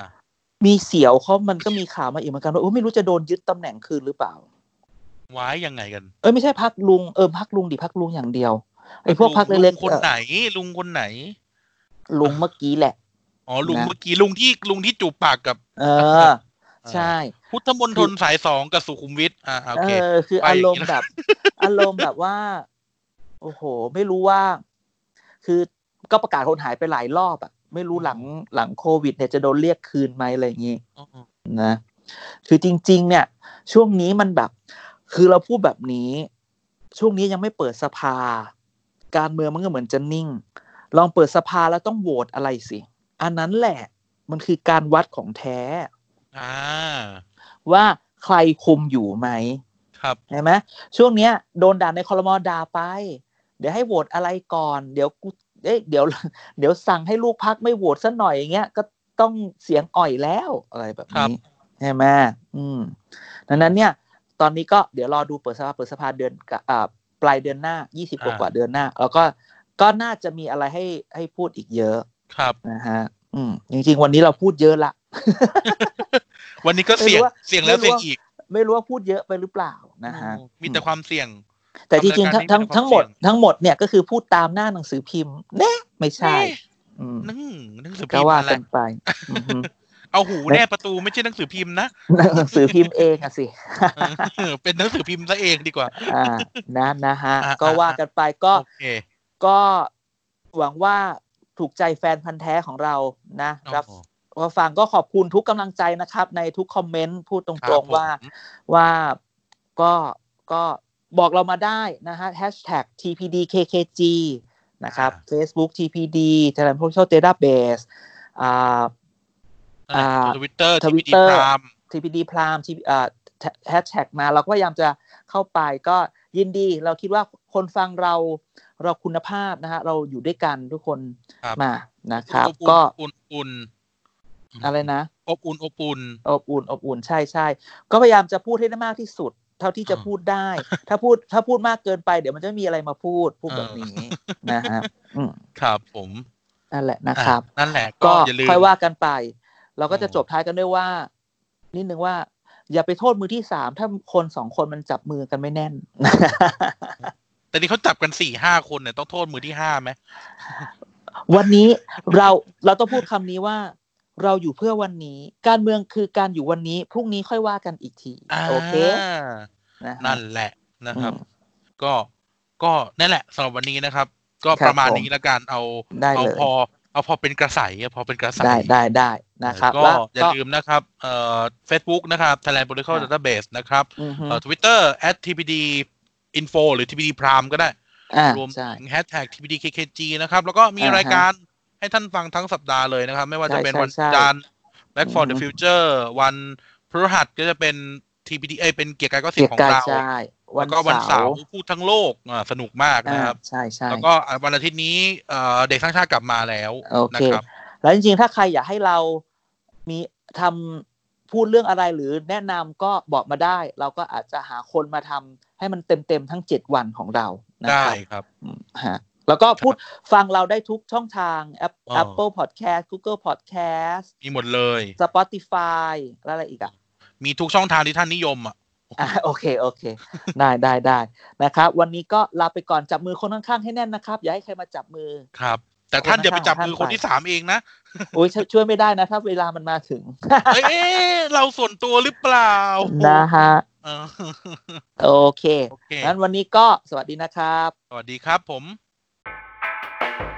Speaker 3: มีเสียวเขามันก็มีข่าวมาอีกเหมือนกันว่าโอ้ไม่รู้จะโดนยึดตำแหน่งคืนหรือเปล่า
Speaker 2: ไว้ยังไงกัน
Speaker 3: เอ้ยไม่ใช่พักลุงเออพักลุงดิพักลุงอย่างเดียวไอ้พวกพักเล็ก
Speaker 2: ง
Speaker 3: ๆ
Speaker 2: คน
Speaker 3: เอ่อ
Speaker 2: ไหน ลุงคนไหน
Speaker 3: ลุงเมื่อกี้แหละ
Speaker 2: อ๋อลุง
Speaker 3: นะ
Speaker 2: เมื่อกี้ลุงที่ลุงที่จูบปากกับ
Speaker 3: เอ
Speaker 2: ค
Speaker 3: อ
Speaker 2: รับ
Speaker 3: ใช่
Speaker 2: พุทธมณฑลสายสองกับสุขุมวิทอ่าโอ
Speaker 3: เอ
Speaker 2: เค
Speaker 3: อคือ
Speaker 2: ไป
Speaker 3: อา
Speaker 2: อ
Speaker 3: ร
Speaker 2: ย่าง
Speaker 3: ม
Speaker 2: นี้
Speaker 3: ณ์
Speaker 2: นะ
Speaker 3: แบบ อารมณ์แบบว่า โอ้โห ไม่รู้ว่า คือก็ประกาศคนหายไปหลายรอบอ่ะ ไม่รู้หลังหลังโควิดเนี่ยจะโดนเรียกคืนไหมอะไรอย่างงี้
Speaker 2: อ๋อ
Speaker 3: นะคือจริง ๆ เนี่ย ช่วงนี้มันแบบ คือเราพูดแบบนี้ ช่วงนี้ยังไม่เปิดสภา การเมืองมันก็เหมือนจะนิ่ง ลองเปิดสภาแล้วต้องโหวตอะไรสิ อันนั้นแหละมันคือการวัดของแท้
Speaker 2: อ่า
Speaker 3: ว่าใครคุมอยู่ไหม
Speaker 2: ครับ
Speaker 3: ใช่ไหมช่วงเนี้ยโดนด่าในคอรมอด่าไป เดี๋ยวให้โหวตอะไรก่อน เดี๋ยวกูเอ๊ะเดี๋ยว เดี๋ยวสั่งให้ลูกพักไม่โหวตซะหน่อยอย่างเงี้ยก็ต้องเสียงอ่อยแล้วอะไรแบบ
Speaker 2: ครั
Speaker 3: นี้
Speaker 2: บ
Speaker 3: ใช่ไหมอืมดังนั้นเนี่ย ตอนนี้ก็เดี๋ยวรอดูเปิดสภาเปิดสภาเดือนกะอ่าปลายเดือนหน้ายี่สิบก
Speaker 2: อ่า
Speaker 3: ว่าๆเดือนหน้า แล้วก็ก็น่าจะมีอะไรให้ให้พูดอีกเยอะ
Speaker 2: ครับ
Speaker 3: นะฮะ อืมจริง ๆ วันนี้เราพูดเยอะละ
Speaker 2: วันนี้ก็เสี่ยง
Speaker 3: ไม่รู้ว่า
Speaker 2: เสี่ยงแล้ว
Speaker 3: ไม่
Speaker 2: เสี่
Speaker 3: รู้
Speaker 2: ยง
Speaker 3: ว่า
Speaker 2: อีก
Speaker 3: ไม่รู้ว่าพูดเยอะไปหรือเปล่านะฮะ
Speaker 2: อืมมีแต่ความเสี่ยง
Speaker 3: แต่ที่จริง
Speaker 2: ทำรายการ
Speaker 3: ทั้งทั้ง
Speaker 2: นี้มีแต่
Speaker 3: ทั้งหมด
Speaker 2: ความเสี่ยง
Speaker 3: ทั้งหมดเนี่ยก็คือพูดตามหน้าหนังสือพิมพ์เน่ไม่ใช่อืม
Speaker 2: หนั่งหนังสือพิ
Speaker 3: ก็
Speaker 2: มพ์
Speaker 3: ว่า
Speaker 2: อะไร
Speaker 3: กันไปอือฮึ
Speaker 2: เอาหูแน่ประตูไม่ใช่หนังสือพิมพ์นะ
Speaker 3: หนังสือพิมพ์เองอะสิ
Speaker 2: เออเป็นหนังสือพิมพ์ซะเองดีกว่า
Speaker 3: อ่านะนะฮะ
Speaker 2: อ่า
Speaker 3: ก็ว่ากันไปก็
Speaker 2: โอเค
Speaker 3: ก็หวังว่าถูกใจแฟนพันธ์แท้ของเรานะ
Speaker 2: โอ้โห
Speaker 3: รับว่าฟังก็ขอบคุณทุกกำลังใจนะครับ ในทุกคอมเมนต์พูดต
Speaker 2: ค
Speaker 3: ร
Speaker 2: รับผ
Speaker 3: ง
Speaker 2: ม
Speaker 3: ๆว่าว่าก็ก็บอกเรามาได้นะฮะ hashtag tpdkkg นะครับ Facebook tpd t e l e p o l i t i a l database อ่า อ่า
Speaker 2: ทวิตเตอร์ทวิตเตอร์
Speaker 3: Twitter
Speaker 2: พราม
Speaker 3: TPD พรามที่อ่าแฮชแท็กมาเราก็พยายามจะเข้าไปก็ยินดี เราคิดว่าคนฟังเราเราคุณภาพนะฮะเราอยู่ด้วยกันทุกคน
Speaker 2: ครับ
Speaker 3: มานะครับ
Speaker 2: อบอุ่น
Speaker 3: ก็
Speaker 2: อุ่นอุ่น
Speaker 3: อะไรนะ
Speaker 2: อบอุ่นอบอุ่น
Speaker 3: อบอุ่นอบอุ่นใช่ใช่ก็พยายามจะพูดให้ได้มากที่สุด เท่าที่จะ
Speaker 2: อ่า
Speaker 3: พูดได้ ถ้าพูดถ้าพูดมากเกินไป เดี๋ยวมันจะไม่มีอะไรมาพูดพูดแบบ
Speaker 2: เออ
Speaker 3: นี้นะฮะอืม
Speaker 2: ครับผม
Speaker 3: นั่นแหละนะ
Speaker 2: อ่ะ
Speaker 3: ครับ
Speaker 2: นั่นแหละก็
Speaker 3: ก็
Speaker 2: อย่าลืม
Speaker 3: ค่อยว่ากันไป เราก็จะ
Speaker 2: อืม
Speaker 3: จบท้ายกันด้วยว่า นิดนึงว่า อย่าไปโทษมือที่สามถ้าคนสองคนมันจับมือกันไม่แน่น
Speaker 2: แต่นี่เขาจับกันสี่ห้าคนเนี่ยต้องโทษมือที่ห้าไหม
Speaker 3: วันนี้เราเราต้องพูดคำนี้ว่า เราอยู่เพื่อวันนี้ การเมืองคือการอยู่วันนี้พรุ่งนี้ค่อยว่ากันอีกที
Speaker 2: า
Speaker 3: โอเคนะฮะ
Speaker 2: นั่นแหละนะครับ
Speaker 3: อืม
Speaker 2: ก็ก็นั่นแหละสำหรับวันนี้นะครับ ก็
Speaker 3: ครับ
Speaker 2: ประมาณ
Speaker 3: ผม
Speaker 2: นี้ละกันเอา
Speaker 3: ได้
Speaker 2: เอา
Speaker 3: เลย
Speaker 2: พอ เอาพอเป็นกระใสอะพอเป็นกระใส
Speaker 3: ได้ได้ได้นะครับ
Speaker 2: ก็
Speaker 3: แล้ว
Speaker 2: อย่า
Speaker 3: ก็
Speaker 2: ลืมนะครับเอ่อ Facebook นะครับ Thailand Political
Speaker 3: อ่า
Speaker 2: Database นะครับ
Speaker 3: อือฮึ
Speaker 2: เอ่อ Twitter at tpd info หรือ tpd prime ก็ได้
Speaker 3: อ่าร
Speaker 2: วม
Speaker 3: ใช่
Speaker 2: ถึง hashtag tpd kkg นะครับ แล้วก็มี
Speaker 3: อ่าฮะ
Speaker 2: รายการให้ท่านฟังทั้งสัปดาห์เลยนะครับ ไม่ว่าจะ
Speaker 3: ใช่
Speaker 2: เป็น
Speaker 3: ใช่
Speaker 2: วัน
Speaker 3: ใช่
Speaker 2: จันทร์ back for
Speaker 3: อื
Speaker 2: the
Speaker 3: อฮึ
Speaker 2: future วันพฤหัสก็จะเป็น tpd เอยเป็นเกียร์กายก็สิบ
Speaker 3: เกียร
Speaker 2: ของ
Speaker 3: กาย
Speaker 2: เรา
Speaker 3: ใช่วั
Speaker 2: แล้
Speaker 3: น
Speaker 2: วก็วัน
Speaker 3: เสา
Speaker 2: เสาร์
Speaker 3: ร์
Speaker 2: พูดทั้งโลกอ่าสนุกมาก
Speaker 3: อ่า
Speaker 2: นะครับ
Speaker 3: ใช่ใช่
Speaker 2: แล้วก็อ่าวันอาทิตย์นี้เอ่อเด็กสร้างชาติกลับมาแล้ว
Speaker 3: โอเค
Speaker 2: นะครับ
Speaker 3: แล้วจริงๆ ถ้าใครอยากให้เรามีทำพูดเรื่องอะไรหรือแนะนำก็บอกมาได้ เราก็อาจจะหาคนมาทำให้มันเต็มๆ ทั้ง 7 วันของเรานะ
Speaker 2: ได้
Speaker 3: ค
Speaker 2: ค
Speaker 3: รับ
Speaker 2: รับ
Speaker 3: อืมฮะแล้วก็พูดฟังเราได้ทุกช่องทาง App-
Speaker 2: อ๋อ
Speaker 3: Apple Podcast Google Podcast
Speaker 2: มีหมดเลย
Speaker 3: Spotify แล้วอะไรอีกอ่ะ
Speaker 2: มีทุกช่องทางที่ท่านนิยมอ่ะ
Speaker 3: อ่ะ โอเค โอเค ได้ได้ได้นะครับ วันนี้ก็ลาไปก่อนจับมือคนข้างๆ ให้แน่นนะครับ อย่าให้ใครมาจับมือ
Speaker 2: ครับ แต่
Speaker 3: คน
Speaker 2: ท่านอย่าไป
Speaker 3: ข้างๆ
Speaker 2: จับ
Speaker 3: ของ
Speaker 2: มือ
Speaker 3: ท่าน
Speaker 2: คน
Speaker 3: ไป
Speaker 2: ที่สามเองนะ
Speaker 3: โอ้ยช่วยช่วยไม่ได้นะถ้าเวลามันมาถึง
Speaker 2: เอ้ยเอ๊ะเราส่วนตัวหรือเป ล่า
Speaker 3: นะฮะ
Speaker 2: เออ
Speaker 3: โอเค
Speaker 2: โอเค
Speaker 3: งั้นวันนี้ก็สวัสดีนะครับ
Speaker 2: สวัสดีครับผม